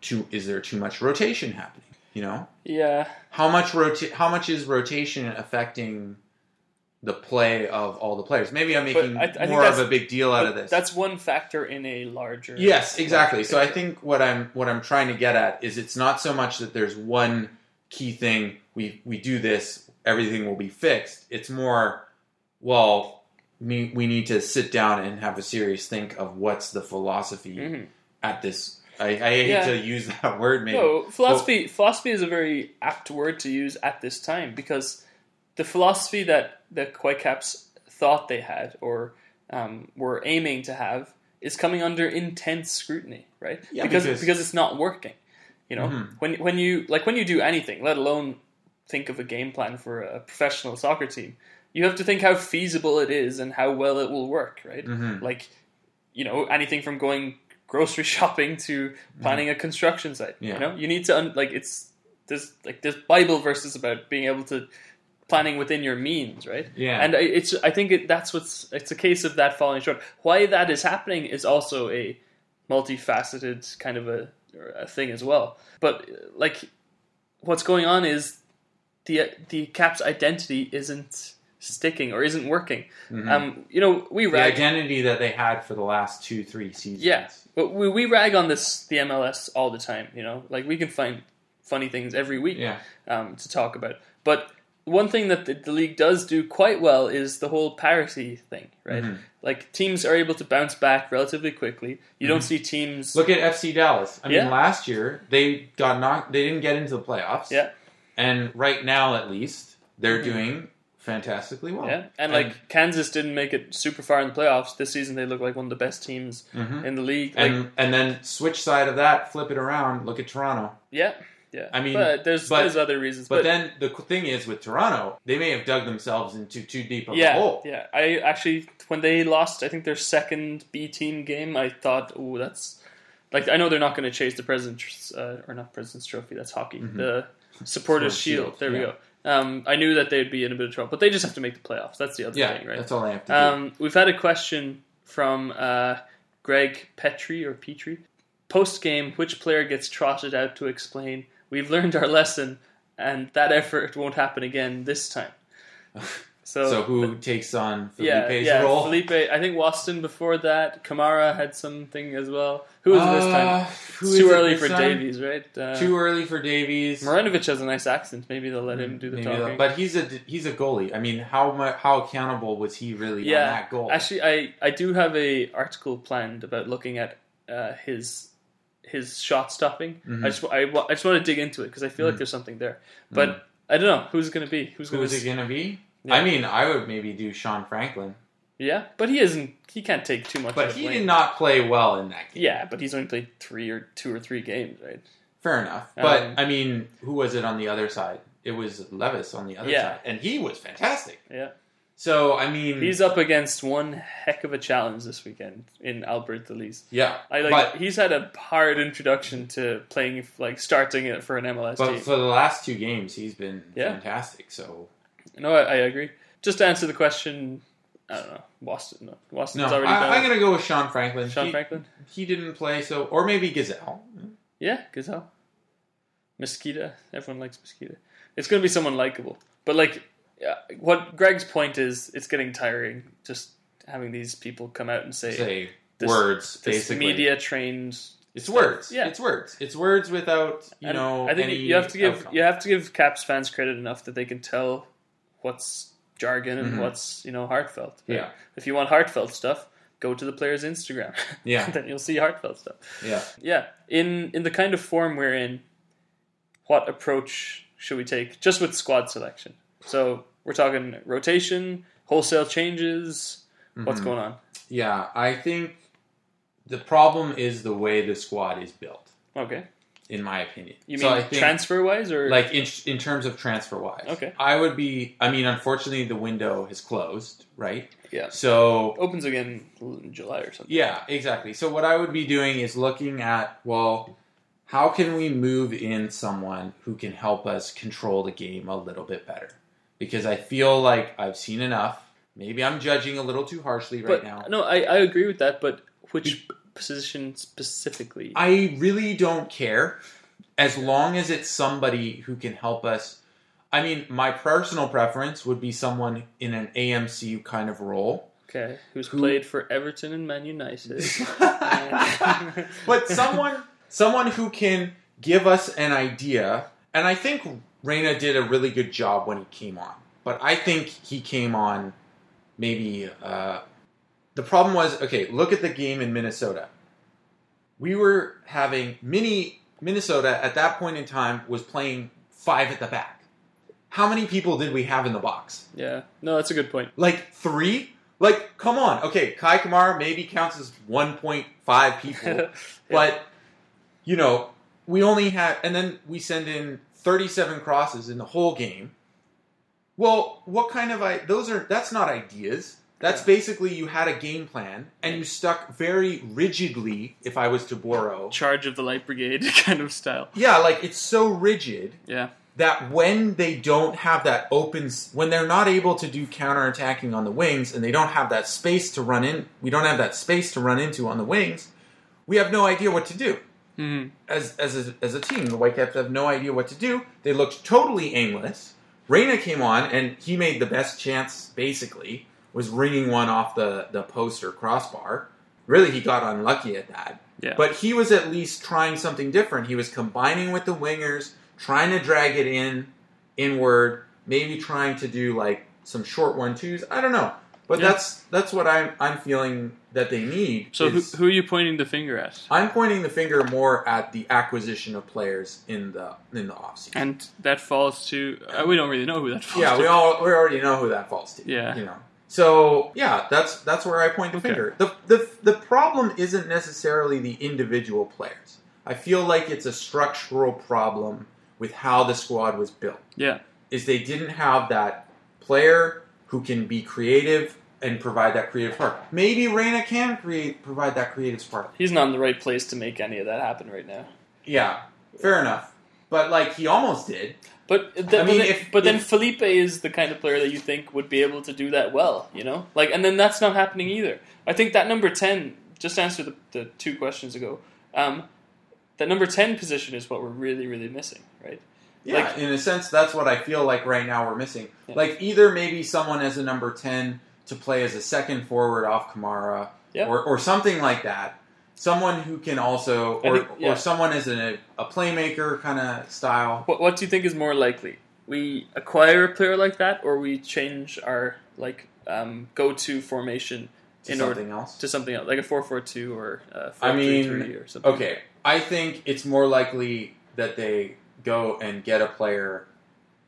too, is there too much rotation happening? You know, Yeah, how much rota- how much is rotation affecting the play of all the players? Maybe I'm making I- I think more of that's- a big deal out of this. that's one factor in a larger. Yes, exactly. So I think what I'm what I'm trying to get at is it's not so much that there's one key thing we we do this everything will be fixed. It's more well we, we need to sit down and have a serious think of what's the philosophy hmm at this. I, I hate Yeah. to use (laughs) that word, maybe. No, philosophy. philosophy is a very apt word to use at this time because the philosophy that the Whitecaps thought they had or um, were aiming to have is coming under intense scrutiny, right? Yeah, because because- Mm-hmm. because it's not working. You know, when when you like when you do anything, let alone think of a game plan for a professional soccer team, you have to think how Mm-hmm. Hmm. feasible it is and how well it will work, right? Like, you know, anything from going grocery (laughs) shopping to planning a construction site. Hmm. Yeah. You know, you need to un- like it's there's like there's Bible verses about being able to planning within your means, right? Yeah. And I, it's I think it, that's what's it's a case of that falling short. Why that is happening is also a multifaceted kind of a, a thing as well. But like what's going on is the the cap's identity isn't sticking or isn't working. Um, you know, we Mm-hmm. The rag identity that they had for the last two, three seasons. yeah, but we, we rag on this the MLS all the time. You know, like we can find funny things every week Yeah. um, to talk about. But one thing that the, the league does do quite well is the whole parity thing, right? Mm-hmm. Like teams are able to bounce back relatively quickly. You don't see teams Mm-hmm. Look at FC Dallas. I mean, Yeah. last year they got knocked. They didn't get into the playoffs. Yeah. Mm-hmm. And right now, at least, they're doing fantastically well. Yeah, and like Kansas didn't make it super far in the playoffs this season. They look like one of the best teams in the league. Like, mm-hmm. and and then switch side of that, flip it around. Look at Toronto. yeah, yeah. I mean, but there's but- there's other reasons. But, then the qu- thing is with Toronto, they may have dug themselves into too deep of a yeah, hole. yeah. I actually when they lost, I think their second B team game, I thought, oh, that's like I know they're not going to chase the president's uh, or not president's trophy. That's hockey. The supporters' Mm-hmm. Supporters' shield. Shield, There we yeah. go. Um, I knew that they'd be in a bit of trouble, but they just have to make the playoffs. That's the other Yeah, thing, right? that's all they have to do. Um, we've had a question from uh, Greg Petrie or Petrie. Post game, which player gets trotted out to explain? We've learned our lesson, and that effort won't happen again this (laughs) time. So, so who takes on yeah, Felipe's yeah, role? Felipe. I think Waston before that. Kamara had something as well. Who was it this Uh, time? who It's is too it early this for time? Davies, right? Uh, Too early for Davies. Marinovic has a nice accent. Maybe they'll let him do the Mm, Maybe talking. they'll- but he's a he's a goalie. I mean, how mu how accountable was he really on that goal? Actually, I, I do have a article planned about looking at uh, his his shot stopping. Mm-hmm. I just wa- I, wa- I just want to dig into it because I feel Mm. like there's something there. But I don't know who's going to be who's going Who's to it gonna be? I mean, I would maybe do Sean Franklin, yeah. But he isn't. He can't take too much. but of the he blame. did not play well in that game. Yeah, but he's only played three or two or three games, right? Fair enough. But Um, I mean, who was it on the other side? It was Levis on the other Yeah. side, and he was fantastic. Yeah, So I mean, he's up against one heck of a challenge this weekend in Albert Delis. yeah. I like but he's had a hard introduction to playing like starting it for an MLS but team. for the last two games, he's been Yeah. fantastic. So No, I, I agree. Just to answer the question, I don't know. Boston, no. Boston's no, already done. I, I'm gonna go with Sean Franklin. Sean he, Franklin. He didn't play, so or maybe Gazelle. Yeah, Gazelle. Mosquito. Everyone likes Mosquito. It's going to be someone likable. But like, yeah, what Greg's point is, it's getting tiring just having these people come out and say, Say this- words, this basically. media trained. It's words. Yeah. It's words. It's words without you And know. I think any you have to give outcome. you have to give Caps fans credit enough that they can tell what's jargon and what's you know heartfelt. right? Mm-hmm. Yeah. If you want heartfelt stuff, go to the player's Instagram. (laughs) Yeah. then you'll see heartfelt stuff. Yeah. Yeah. In in the kind of form we're in, what approach should we take just with squad selection? So we're talking rotation, wholesale changes. What's Mm-hmm. going on? Yeah. I think the problem is the way the squad is built, Okay. in my opinion. You So I mean think- transfer wise or Like in in terms of transfer wise. Okay. I would be. I mean, unfortunately, the window has closed, right? yeah. So Opens again in July or something. yeah, exactly. So what I would be doing is looking at well. How can we move in someone who can help us control the game a little bit better? Because I feel like I've seen enough. Maybe I'm judging a little too harshly right but now. no, I, I agree with that. But which position specifically? I really don't care as long as it's somebody who can help us. I mean, my personal preference would be someone in an AMC kind of role, okay, who's played for Everton and Man (laughs) United? And- but someone someone who can give us an idea. And I think Reyna did a really good job when he came on, but I think he came on maybe uh, the problem was okay. Look at the game in Minnesota. we were having mini Minnesota at that point in time was playing five at the back. How many people did we have in the box? yeah, no, that's a good point. Like three? Like, come on. Okay, Kai Kamara maybe counts as 1.5 people, Yeah. but you know, we only had, and then we send in 37 crosses in the whole game. Well, what kind of I? Those are that's not ideas. That's basically you had a game plan and you stuck very rigidly, if I was to borrow. Charge of the Light Brigade (laughs) kind of style. Yeah, like it's so rigid Yeah. that when they don't have that open, s- when they're not able to do counterattacking on the wings and they don't have that space to run in, we don't have that space to run into on the wings, we have no idea what to do. Mhm. As, as, a, as a team, the Whitecaps have no idea what to do. They looked totally aimless. Reyna came on and he made the best chance, basically, was ringing one off the, the post or crossbar. Really, he got unlucky at that. Yeah. But he was at least trying something different. He was combining with the wingers, trying to drag it in, inward, maybe trying to do like some short one twos. I don't know. But Yeah. that's that's what I'm I'm feeling that they need. so who, is- who are you pointing the finger at? I'm pointing the finger more at the acquisition of players in the in the offseason. And that falls to uh, we don't really know who that falls Yeah, to. we all we already know who that falls to. Yeah. you know. So yeah, that's that's where I point the Okay. finger. The, the the problem isn't necessarily the individual players. I feel like it's a structural problem with how the squad was built. yeah. Is they didn't have that player who can be creative and provide that creative spark. Maybe Reyna can create provide that creative spark. He's not in the right place to make any of that happen right now. Yeah, fair enough. But like he almost did. But th- but, mean, then, if- but then if- Felipe is the kind of player that you think would be able to do that well, you know? Like, and then that's not happening either. I think that number ten, just to answer the, the two questions ago, um, that number ten position is what we're really really missing, right? Yeah, Like- in a sense, that's what I feel like right now we're missing. Yeah. Like either maybe someone as a number ten to play as a second forward off Kamara, Yeah. or or something like that. Someone who can also, I or, think- yeah. or someone as a, a playmaker kind of style. What what do you think is more likely? We acquire a player like that, or we change our like um, go to formation To in order something else. to something else, like a four four two or uh, four I mean, or something. Okay, I think it's more likely that they go and get a player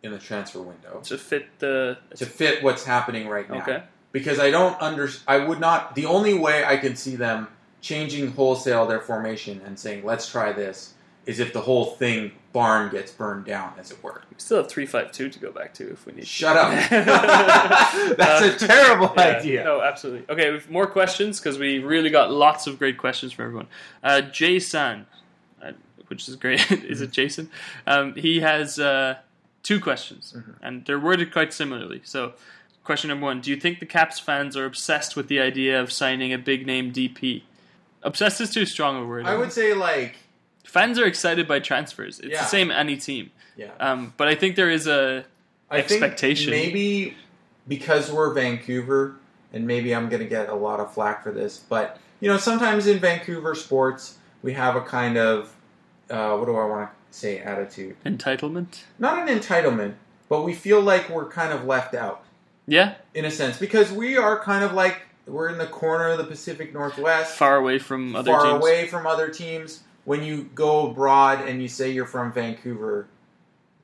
in the transfer window to fit the to fit what's happening right now. okay. because I don't under I would not the only way I can see them changing wholesale their formation and saying let's try this is if the whole thing barn gets burned down as it were. We still have three five two to go back to if we need. (laughs) Shut up. (laughs) That's Uh, a terrible Yeah, idea. No, absolutely. Okay, we've more questions because we really got lots of great questions from everyone. Uh, Jason, uh, which is great, (laughs) is Mm-hmm. it Jason? Um, he has uh, two questions, Mm-hmm. and they're worded quite similarly. So, question number one: Do you think the Caps fans are obsessed with the idea of signing a big name DP? Obsessed is too strong a word. I would say like Fans are excited by transfers. It's Yeah. the same any team, yeah. um, but I think there is a I think expectation. maybe because we're Vancouver and maybe I'm going to get a lot of flack for this, but you know, sometimes in Vancouver sports we have a kind of uh, what do I want to say attitude. entitlement. not an entitlement, but we feel like we're kind of left out Yeah, in a sense because we are kind of like we're in the corner of the Pacific Northwest, far away from other far teams. away from other teams. When you go abroad and you say you're from Vancouver,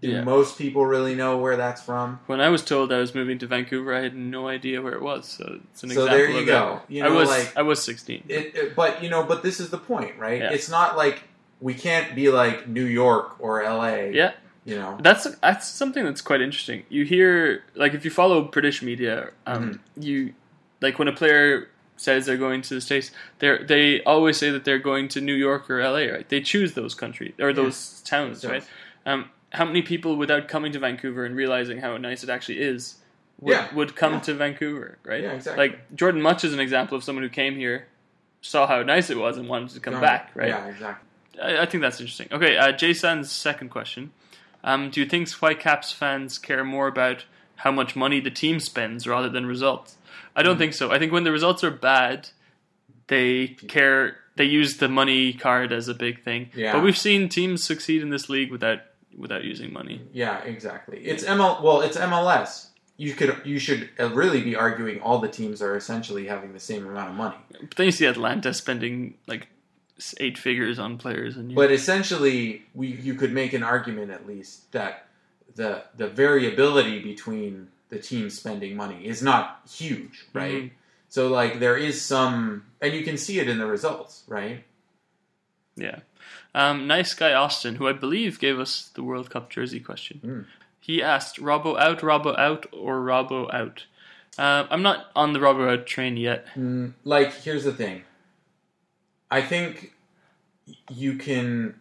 do Yeah. most people really know where that's from? When I was told I was moving to Vancouver, I had no idea where it was. So it's an so example. there you of go. That. You know, I was like I was sixteen. it, it- but you know, but this is the point, right? Yeah. It's not like we can't be like New York or L.A. yeah, you know. that's that's something that's quite interesting. You hear like if you follow British media, um, Mm-hmm. you like when a player says they're going to the states, they they always say that they're going to New York or L.A. Right? They choose those countries or those towns, Those right? towns. Um, how many people, without coming to Vancouver and realizing how nice it actually is, would, Yeah. would come Yeah. to Vancouver, right? Yeah, exactly. Like Jordan Much is an example of someone who came here, saw how nice it was, and wanted to come Don't- back, right? Yeah, exactly. I, I think that's interesting. Okay, uh, Jason's second question: um, Do you think Whitecaps fans care more about how much money the team spends rather than results? I don't think so. I think when the results are bad, they care. They use the money card as a big thing. Yeah. But we've seen teams succeed in this league without without using money. Yeah, exactly. It's ML. Well, it's MLS. You could you should uh, really be arguing all the teams are essentially having the same amount of money. But then you see Atlanta spending like s- eight figures on players, and you, But essentially, we you could make an argument at least that the the variability between the teams spending money is not huge, right? Mhm. So like there is some, and you can see it in the results, right? Yeah. Um, nice guy Austin, who I believe gave us the World Cup jersey question. He asked, Robbo out, Robbo out, or Robbo out? Uh, I'm not on the Robert Hood train yet. like here's the thing i think you can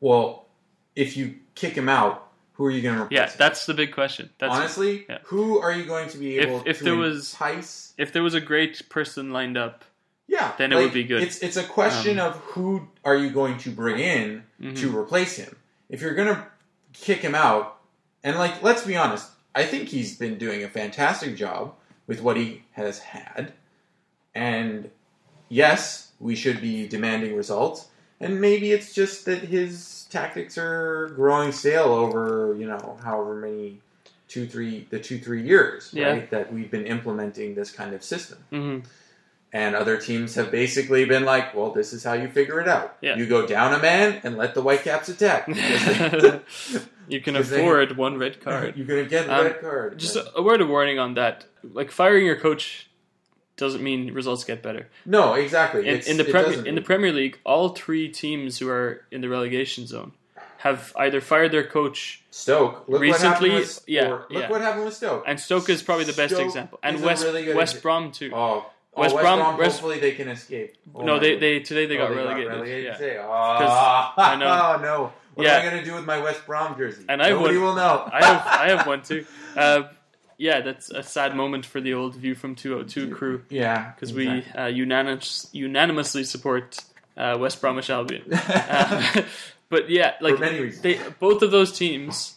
well if you kick him out who are you going to replace Yeah, him? that's the big question. That's honestly yeah. who are you going to be If- able if to there was- entice if there was a great person lined up. yeah then it would be good. Um, it's it's a question of who are you going to bring in mm-hmm. to replace him if you're going to kick him out and like let's be honest i think he's been doing a fantastic job with what he has had and yes, we should be demanding results. And maybe it's just that his tactics are growing stale over, you know, however many two three the two three years, Yeah. right? That we've been implementing this kind of system. hmm (laughs) And other teams have basically been like, well, this is how you figure it out. Yeah. You go down a man and let the Whitecaps (laughs) attack. you can 'Cause they- afford one red card. (laughs) You're gonna get a Um, red card. Just a, a word of warning on that. Like firing your coach doesn't mean results get better. no, exactly. In, It's- in the it Premier doesn't in the mean- Premier League, all three teams who are in the relegation zone have either fired their coach, Stoke. Look what happened Recently- with, yeah, or- look yeah. what happened with Stoke. and Stoke is probably the best Stoke example, and is a West really good West exa- Brom too. Oh, oh, West West, Brom- Brom, West- Hopefully they can escape. Oh no, my they, goodness. they today they Oh, got relegated. yeah. (laughs) today. Oh, I know. Oh (laughs) no. What Yeah. am I gonna do with my West Brom jersey? And I Nobody would- will know. I have I have one too. Uh, yeah, that's a sad moment for the old View from 202 crew (laughs) (laughs) yeah, because we uh, unanimous, unanimously support uh, West Bromwich Albion. (laughs) Uh, (laughs) but yeah, like many reasons. they both of those teams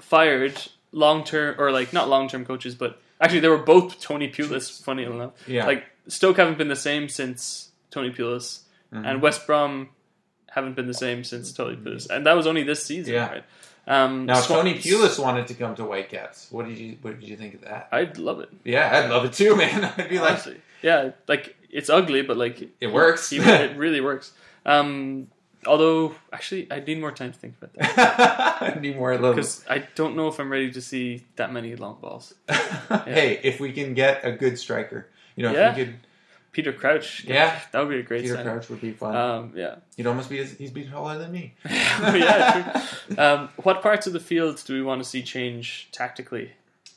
fired long term or like not long term coaches, but actually they were both Tony Pulis. Funny enough, Yeah. Like Stoke haven't been the same since Tony Pulis, Mm-hmm. and West Brom haven't been the same since Tony Pulis, and that was only this season, Yeah. right? Um, now, if Swan- Tony Pulis wanted to come to Whitecaps. What did you What did you think of that? I'd love it. Yeah, I'd love it too, man. (laughs) I'd be like, Honestly. yeah, like it's ugly, but like it works. He- (laughs) it really works. Um, although, actually, I need more time to think about that I need more love. (laughs) because I don't know if I'm ready to see that many long balls. Hey, if we can get a good striker, you know, Yeah. if we could, Peter Crouch, Yeah. that would be a great Peter sign. Crouch would be fun. Um, yeah, He'd almost be as, he'd be taller than me. (laughs) yeah. True. Um, what parts of the field do we want to see change tactically?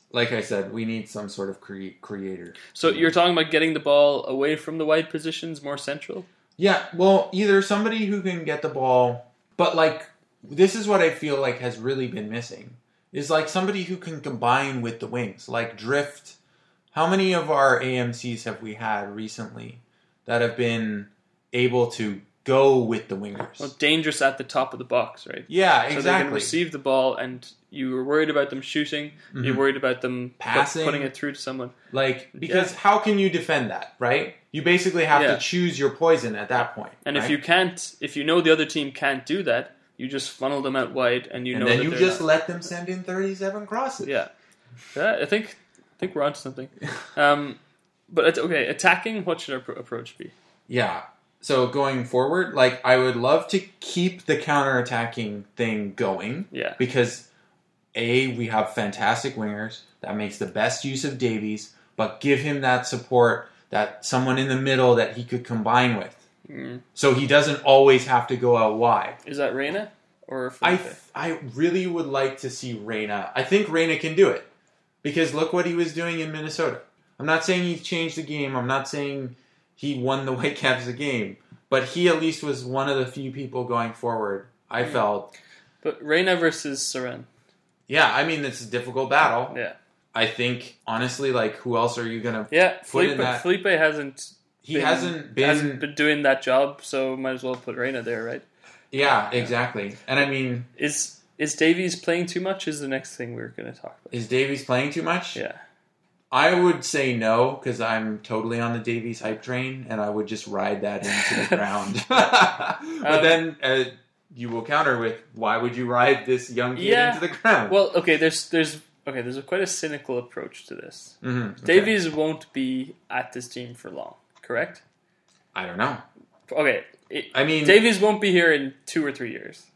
(laughs) like I said, we need some sort of cre- creator. So you're talking about getting the ball away from the wide positions, more central. Yeah, well, either somebody who can get the ball, but like this is what I feel like has really been missing is like somebody who can combine with the wings, like drift. How many of our AMCs have we had recently that have been able to go with the wingers? Well, dangerous at the top of the box, right? yeah, So exactly. they can receive the ball, and you were worried about them shooting. You're worried about them put- Mm-hmm. Passing. putting it through to someone. like because how can you defend that, right? You basically have Yeah. to choose your poison at that point. And if right? you can't, if you know the other team can't do that, you just funnel them out wide, and you and know then that you they're just not- let them send in 37 crosses. yeah, yeah. I think I think we're onto something. Um, but it's, okay, attacking. What should our pro- approach be? Yeah. So going forward, like I would love to keep the counterattacking thing going. Yeah. Because A, we have fantastic wingers that makes the best use of Davies, but give him that support, that someone in the middle that he could combine with. So he doesn't always have to go out wide. Is that Reina or I Felipe? I really would like to see Reyna. I think Reyna can do it because look what he was doing in Minnesota. I'm not saying he changed the game. I'm not saying he won the (laughs) Whitecaps the game, but he at least was one of the few people going forward. I felt, but Reina versus Seren. yeah. I mean, it's a difficult battle. Yeah, I think honestly, like who else are you gonna? yeah. Put in Felipe, that- Felipe hasn't. He hasn't been. hasn't been doing that job, so might as well put Reina there, right? yeah, exactly. And I mean, Is is Davies playing too much? Is the next thing we are going to talk about? is Davies playing too much? Yeah, I would say no because I'm totally on the Davies hype train, and I would just ride that into the (laughs) ground. but Um, then uh, you will counter with, "Why would you ride this young kid Yeah. into the ground?" Well, okay, there's there's okay, there's a, quite a cynical approach to this. Mhm, okay. Davies won't be at this team for long, correct? I don't know. Okay, it, I mean, Davies won't be here in two or three years.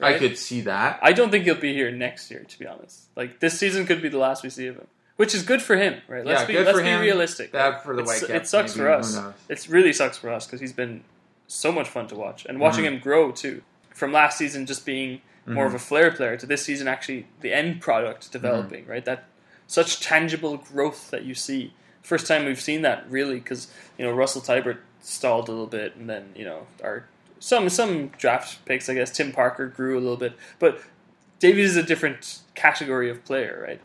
I right? could see that. I don't think he'll be here next year, to be honest. Like this season could be the last we see of him, which is good for him, right? Let's Yeah, be good let's for be him, realistic. bad for the It's- Whitecaps, It sucks maybe, for who us. knows? It really sucks for us because he's been so much fun to watch and watching Mm-hmm. him grow too. From last Mm-hmm. season, just being more of a flair player to this season, actually the end product developing, right? That such tangible growth that you see. First time we've seen that really, because you know Russell Tybert stalled a little bit, and then you know our some some draft picks, I guess Tim Parker grew a little bit, but Davies is a different category of player, right?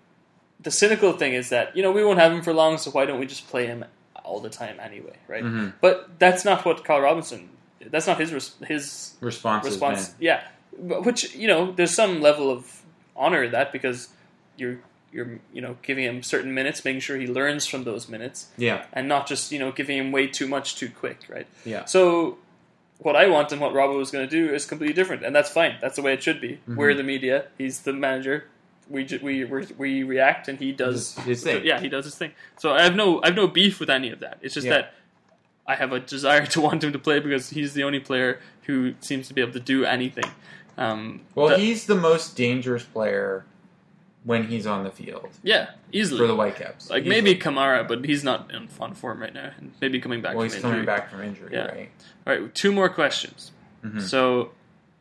The cynical thing is that you know we won't have him for long, so why don't we just play him all the time anyway, right? But that's not what Kyle Robinson. That's not his res- his Responses, response. man. Yeah, But which you know, there's some level of honor in that because you're you're you know giving him certain minutes, making sure he learns from those minutes, Yeah, and not just you know giving him way too much too quick, right? yeah. So what I want and what Robbo was going to do is completely different, and that's fine. That's the way it should be. Mm-hmm. We're the media. He's the manager. We ju- we we're, we react, and he does His- his thing. Yeah, he does his thing. So I have no I have no beef with any of that. It's just Yeah. that I have a desire (laughs) to want him to play because he's the only player who seems to be able to do anything. Um, Well, that- he's the most dangerous player when he's on the field yeah, easily. for the Whitecaps. like He's- maybe Kamara, but he's not in on form right now, and maybe coming back. well, from he's injury. coming back from injury, Yeah. right? All right, two more questions. Mm-hmm. So,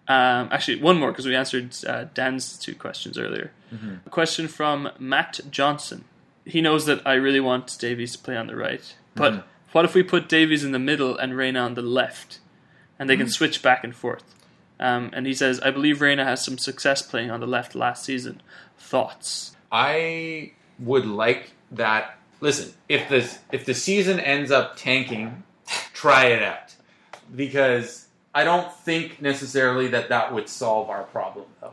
um, actually, one more because we answered uh, Dan's two questions earlier. Mm-hmm. A question from Matt Johnson. He knows that I really want Davies to play on the right, but Mm-hmm. what if we put Davies in the middle and Reyna on the left, and Mm-hmm. they can switch back and forth? Um, and he says, I believe Reyna has some success playing on the left last season. Thoughts? I would like that. Listen, if this if the season ends up tanking, try it out because I don't think necessarily that that would solve our problem though.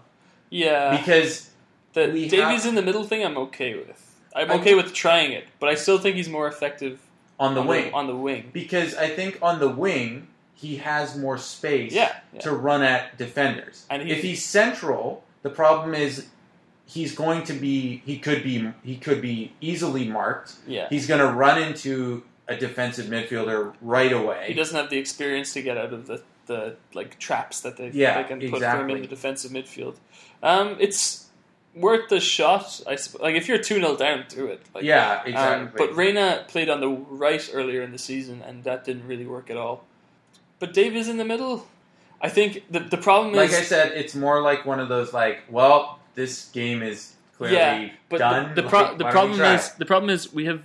Yeah, Because the we Davies have- in the middle thing, I'm okay with. I'm I'm- okay with trying it, but I still think he's more effective on the wing, on the wing. because I think on the wing he has more space Yeah, yeah. to run at defenders. And he- if he's central, the problem is he's going to be he could be he could be easily marked. Yeah. He's going to run into a defensive midfielder right away. he doesn't have the experience to get out of the, the like traps that they, Yeah, they can put for him in exactly. the defensive midfield. Um, it's worth the shot, I suppose. Like if you're two 0 down, do it. Like, yeah, um, exactly. but Reyna played on the right earlier in the season, and that didn't really work at all. But Dave is in the middle. I think the the problem like is I said, it's more like one of those like, well, this game is clearly yeah, but done. the, the, like, pro- why the don't we problem try is it? the problem is we have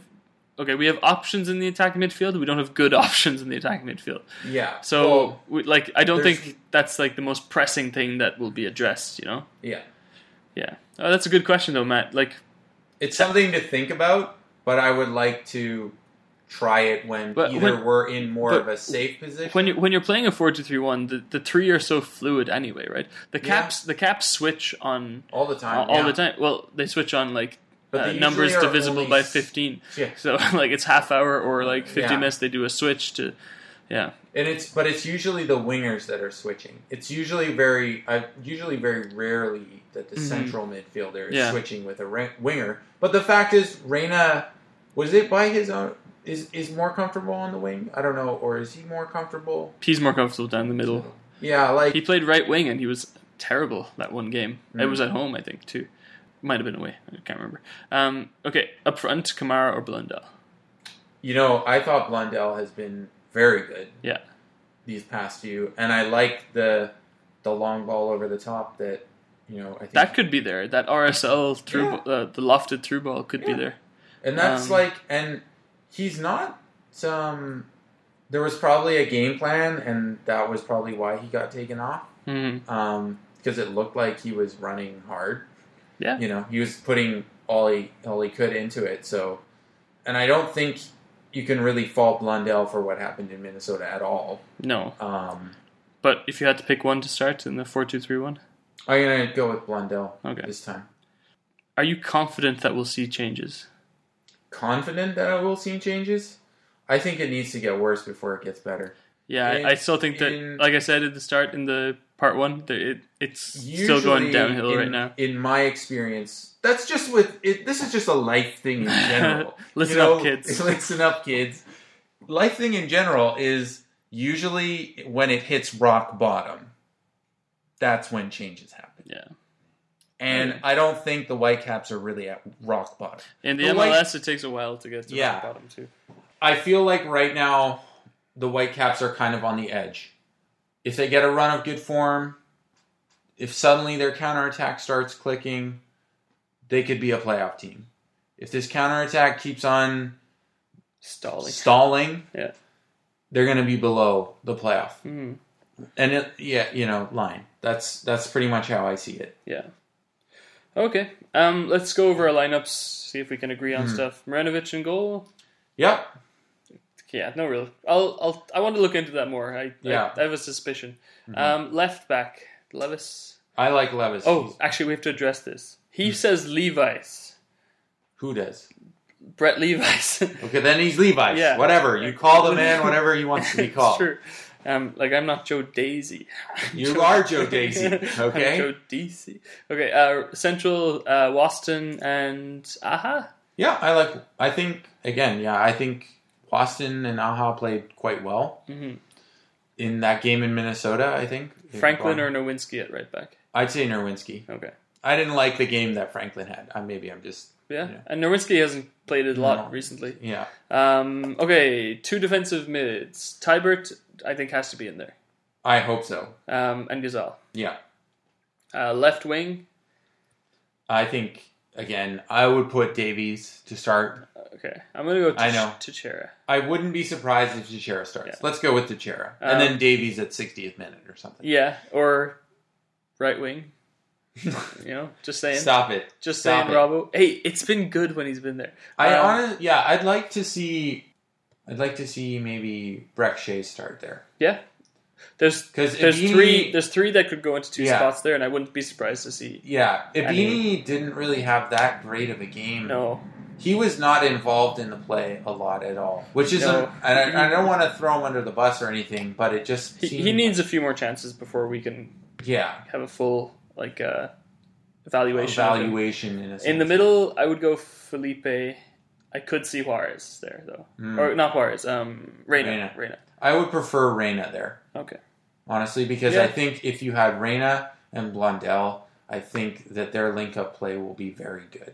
okay we have options in the attacking midfield. We don't have good (laughs) options in the attacking midfield. yeah. So, well, we, like, I don't there's- think that's like the most pressing thing that will be addressed. You know? yeah, Yeah. Oh, that's a good question though, Matt. Like, it's something to think about, but I would like to try it when But either when- we're in more but of a safe position. when you when you're playing a four two three one, the the three are so fluid anyway, right? The Yeah. caps the caps switch on all the time, all yeah. the time. Well, they switch on like But uh, they numbers usually are divisible only by s- fifteen. Yeah. So (laughs) like it's half hour or like fifty Yeah. minutes. They do a switch to, yeah. and it's but it's usually the wingers that are switching. It's usually very, I usually very rarely that the central midfielder is Mm-hmm. Yeah. switching with a ri- winger. But the fact is, Reyna was it by his own is is more comfortable on the wing. I don't know, or is he more comfortable? He's more comfortable down the middle. Yeah, like He played right wing and he was terrible that one game. Mm. It was at home, I think, too. Might have been away. I can't remember. Um, okay, up front, Kamara or Blundell? you know, I thought Blundell has been very good Yeah. these past few, and I like the the long ball over the top that you know I think That could be there. That RSL through Yeah. uh, the lofted through ball could be Yeah. there. And that's Um, like, and he's not. Um, there was probably a game plan, and that was probably why he got taken off. Mhm. Because it looked like he was running hard. Yeah. You know, he was putting all he all he could into it. So, and I don't think you can really fault Blundell for what happened in Minnesota at all. No, Um, but if you had to pick one to start in the four-two-three-one, I'm gonna go with Blundell Okay. this time. are you confident that we'll see changes? Confident that I will see changes. I think it needs to get worse before it gets better. Yeah, In- I, I still think that, in- like I said at the start in the part one, that it it's still going Usually, downhill in, right now. In my experience, that's just with it, this is just a life thing (laughs) in general. Listen up, kids. (laughs) Listen up, kids. Life thing in general is usually when it hits rock bottom. That's when changes happen. Yeah. And I don't think the Whitecaps are really at rock bottom. In the, The white- MLS, it takes a while to get to Yeah. the bottom too. I feel like right now the Whitecaps are kind of on the edge. If they get a run of good form, if suddenly their counterattack starts clicking, they could be a playoff team. if this counterattack keeps on Stalling. stalling, Yeah. they're going to be below the playoff. Mm. And it, yeah, you know, line. That's that's pretty much how I see it. Yeah. Okay. Um, let's go over our lineups. See if we can agree Hmm. on stuff. Maranovic in goal. Yep. Yeah, no real. I'll. I'll. I want to look into that more. I. Yeah. I, Hmm. I have a suspicion. Um, left back Levis. I like Levis. Oh, actually, we have to address this. Hmm. He says Levi's. who does? Brett Levi's. Okay, then he's Levi's. Yeah. Whatever. You call the man whatever he (laughs) wants to be it's called. true. Um, like I'm not Joe (laughs) Daisy. I'm You are Joe Daisy, (laughs) okay? I'm Joe Daisy. Okay. Uh, Central uh, Waston and Aha. Yeah, I like. I think again. Yeah, I think Boston and Aha played quite well Mhm. in that game in Minnesota. I think Franklin or Nowinski at right back. I'd say Nerwinski. Okay. I didn't like the game that Franklin had. Uh, maybe I'm just Yeah. Yeah. And Nowinski hasn't played a lot No. recently. yeah. Um, okay. Two defensive mids. Tybert, I think, has to be in there. I hope so. Um, and Gazelle. Yeah, Uh, left wing. I think again. I would put Davies to start. Okay. I'm going to go to, I know. to Chera. I wouldn't be surprised if Teixeira starts. Yeah. Let's go with Teixeira, and Um, then Davies at 60th minute or something. Yeah. Or right wing. You know, just saying. (laughs) Stop it. Just Stop saying, it. Robbo. Hey, it's been good when he's been there. I Um, honest, yeah, I'd like to see, I'd like to see maybe Breck Shea start there Yeah. There's because there's three there's three that could go into two Yeah. spots there, and I wouldn't be surprised to see. yeah, Ibini I mean- didn't really have that great of a game. No, He was not involved in the play a lot at all, which is No. and I, I don't want to throw him under the bus or anything, but it just he, he seemed- needs a few more chances before we can yeah have a full like uh, evaluation. of him. evaluation in a In the sense. middle, I would go Felipe. I could see Juarez there though, Mm. or not Juarez. Um, Reyna. Reyna. Reyna. I would prefer Reyna there Okay. honestly because Yeah. I think if you had Reyna and Blondell, I think that their link up play will be very good.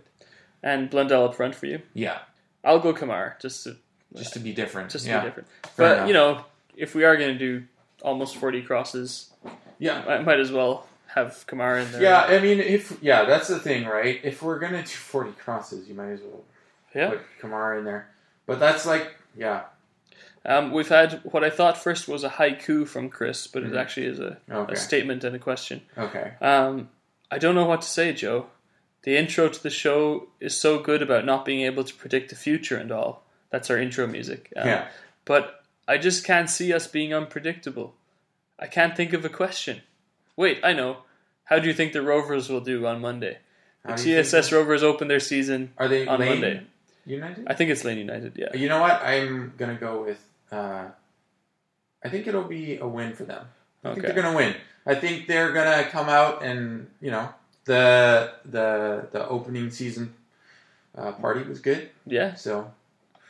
And Blundell up front for you. Yeah, I'll go Kamar just to just to be different. just to yeah. be different. Fair but enough. you know, if we are going to do almost forty crosses, Yeah. I might as well have Kamar in there. Yeah, I mean, if yeah, that's the thing, right? If we're gonna do forty crosses, you might as well Yeah. put Kamara in there. But that's like, yeah, Um, we've had what I thought first was a haiku from Chris, but it actually is a, Hmm. okay, a statement and a question. okay, Um, I don't know what to say, Joe. The intro to the show is so good about not being able to predict the future and all. That's our intro music. Um, yeah, But I just can't see us being unpredictable. I can't think of a question. Wait, I know. How do you think the Rovers will do on Monday? The How do you think- TSS Rovers open their season Are they on Lane Monday. United? Uh, I think it's Lane United, yeah. you know what? I'm gonna go with. uh I think it'll be a win for them. I think Okay. they're gonna win. I think they're gonna come out and you know the the the opening season uh, party was good. Yeah. So,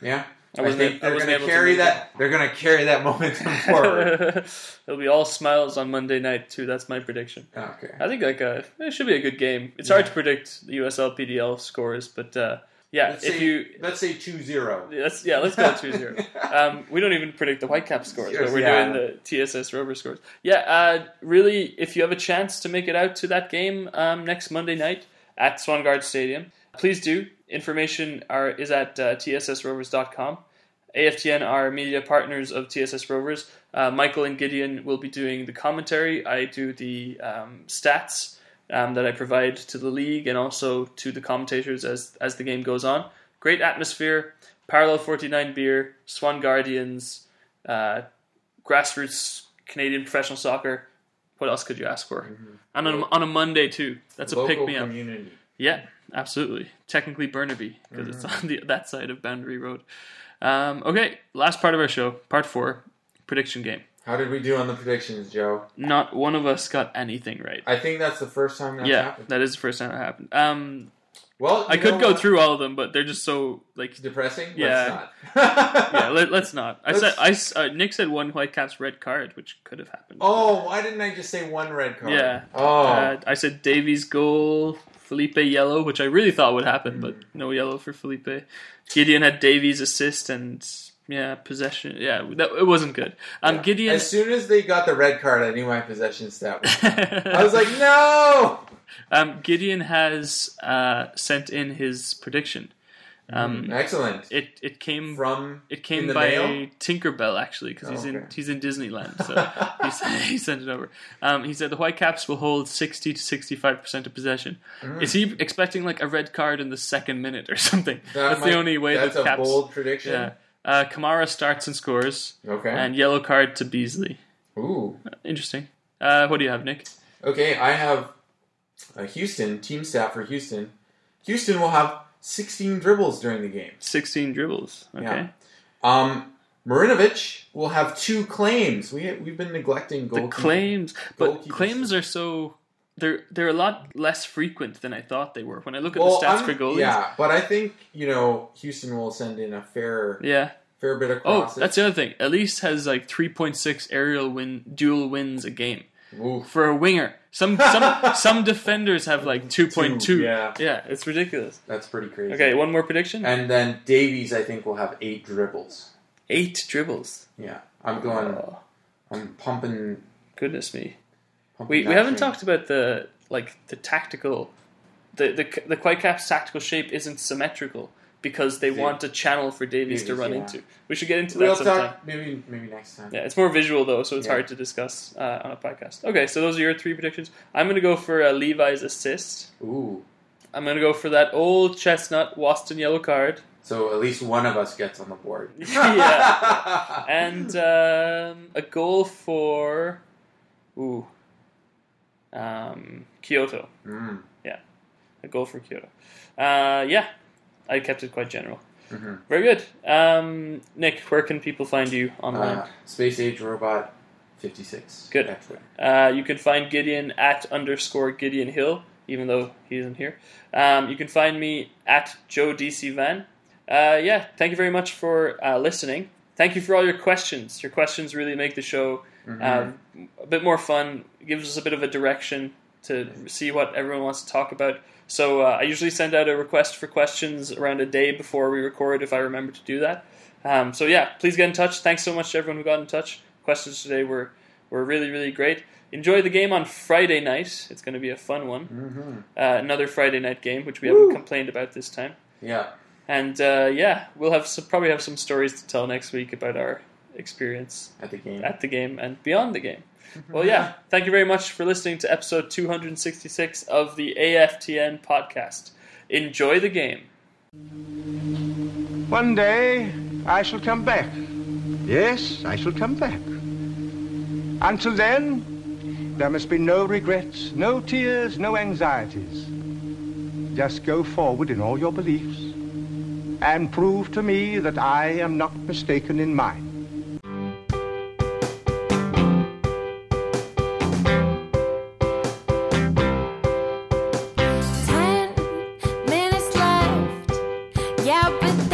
yeah, I I, wasn't ab- think I they're wasn't going able to to Uh, carry read that. They're going to carry that momentum (laughs) forward. It'll be all smiles on Monday night too. That's my prediction. okay. I think like uh, it should be a good game. It's hard to predict the USL PDL scores, but uh, yeah, Let's if say, you let's say two zero. let's yeah let's go 2-0. Um, we don't even predict the Whitecap scores, but we're Yeah. doing the TSS Rover scores. Yeah, uh, really, if you have a chance to make it out to that game um, next Monday night at Swangard Stadium, please do. Information are is at uh, tssrovers.com. AFTN are media partners of TSS Rovers. Uh, Michael and Gideon will be doing the commentary. I do the um, stats um, that I provide to the league and also to the commentators as as the game goes on. Great atmosphere. Parallel 49 beer, Swan Guardians, uh, grassroots Canadian professional soccer. What else could you ask for? And on, on a Monday too. That's a pick me up. Mm-hmm. community. Yeah, absolutely. Technically Burnaby because it's Mm-hmm. on the (laughs) that side of Boundary Road. Um, okay, last part of our show, part four, prediction game. How did we do on the predictions, Joe? Not one of us got anything right. I think that's the first time that's yeah, happened. that is the first time it happened. Um, Well, I you know could go what? through all of them, but they're just so like. (laughs) It's depressing. Yeah. Let's not. (laughs) Yeah, let, let's not. I said Let's- I s- uh, Nick said one Whitecaps red card, which could have happened. (laughs) oh, why didn't I just say one red card? Yeah. Oh. Uh, I said Davies goal, Felipe yellow, which I really thought would happen, but Mm. no yellow for Felipe. Gideon had Davies assist and yeah possession. Yeah, that, it wasn't good. Um, Yeah. Gideon. (laughs) As soon as they got the red card, I knew my possession stat. Was. (laughs) I was like, no. um, Gideon has uh, sent in his prediction. Um, Excellent. It it came Mm. From it in came the by mail? Tinkerbell actually because Oh, he's in okay. he's in Disneyland, (laughs) so he, sent, he sent it over. Um, he said the White Caps will hold sixty to sixty five percent of possession. Mm. Is he expecting like a red card in the second minute or (laughs) something? That that's might- the only way That's that a Caps. bold prediction. yeah. Uh, Kamara starts and scores, Okay. and yellow card to Beasley. Ooh. Interesting. Uh, what do you have, Nick? Okay, I have a Houston team stat for Houston. Houston will have 16 dribbles during the game. Sixteen dribbles. Okay. Yeah. Um, Marinovic will have two claims. We we've been neglecting The goal claims, but goalkeepers. claims are so they're they're a lot less frequent than I thought they were. When I look at the stats for goalies, Yeah, but I think you know Houston will send in a fair yeah. fair bit of Oh, crosses. that's the other thing. Elise has like 3.6 aerial win dual wins a game Oof. for a winger. Some (laughs) some some defenders have like 2.2. yeah. Uh, it's ridiculous. That's pretty crazy. Okay, one more prediction. and then Davies, I think, will have eight dribbles. Eight dribbles. Yeah, I'm going. Oh, I'm pumping. goodness me. pumping We we that haven't train. talked about the like the tactical the the the Quadcap's tactical shape isn't symmetrical because they Yeah. want a channel for Davies, to Davies, run yeah. into. We should get into We'll that sometime. talk maybe maybe next time. Yeah, it's more visual though, so it's Yeah. hard to discuss uh, on a podcast. Okay, so those are your three predictions. I'm going to go for uh, Levi's assist. Ooh. I'm going to go for that old chestnut Waston yellow card, So at least one of us gets on the board. (laughs) Yeah. (laughs) and um, a goal for ooh, um, Kyoto. Mm. A goal for Kyoto. Uh, yeah, I kept it quite general. Mhm. Very good, um, Nick. Where can people find you online? Uh, Space Age Robot 56. Good. At Twitter. Uh, you can find Gideon at underscore Gideon Hill, even though he isn't here. Um, you can find me at Joe DC Van. Uh, yeah, thank you very much for uh, listening. Thank you for all your questions. Your questions really make the show um, a bit more fun. Gives us a bit of a direction to see what everyone wants to talk about. So uh, I usually send out a request for questions around a day before we record, if I remember to do that. Um, so yeah, please get in touch. Thanks so much to everyone who got in touch. Questions today were were really really great. Enjoy the game on Friday night. It's going to be a fun one. Uh, another Friday night game, which we Woo. haven't complained about this time. Yeah. And uh, yeah, we'll have some, probably have some stories to tell next week about our experience At the game. at the game and beyond the game. Well, yeah, thank you very much for listening to episode 266 of the AFTN podcast. Enjoy the game. One day I shall come back. Yes, I shall come back. Until then, there must be no regrets, no tears, no anxieties. Just go forward in all your beliefs and prove to me that I am not mistaken in mine. Ten minutes left. Yeah, but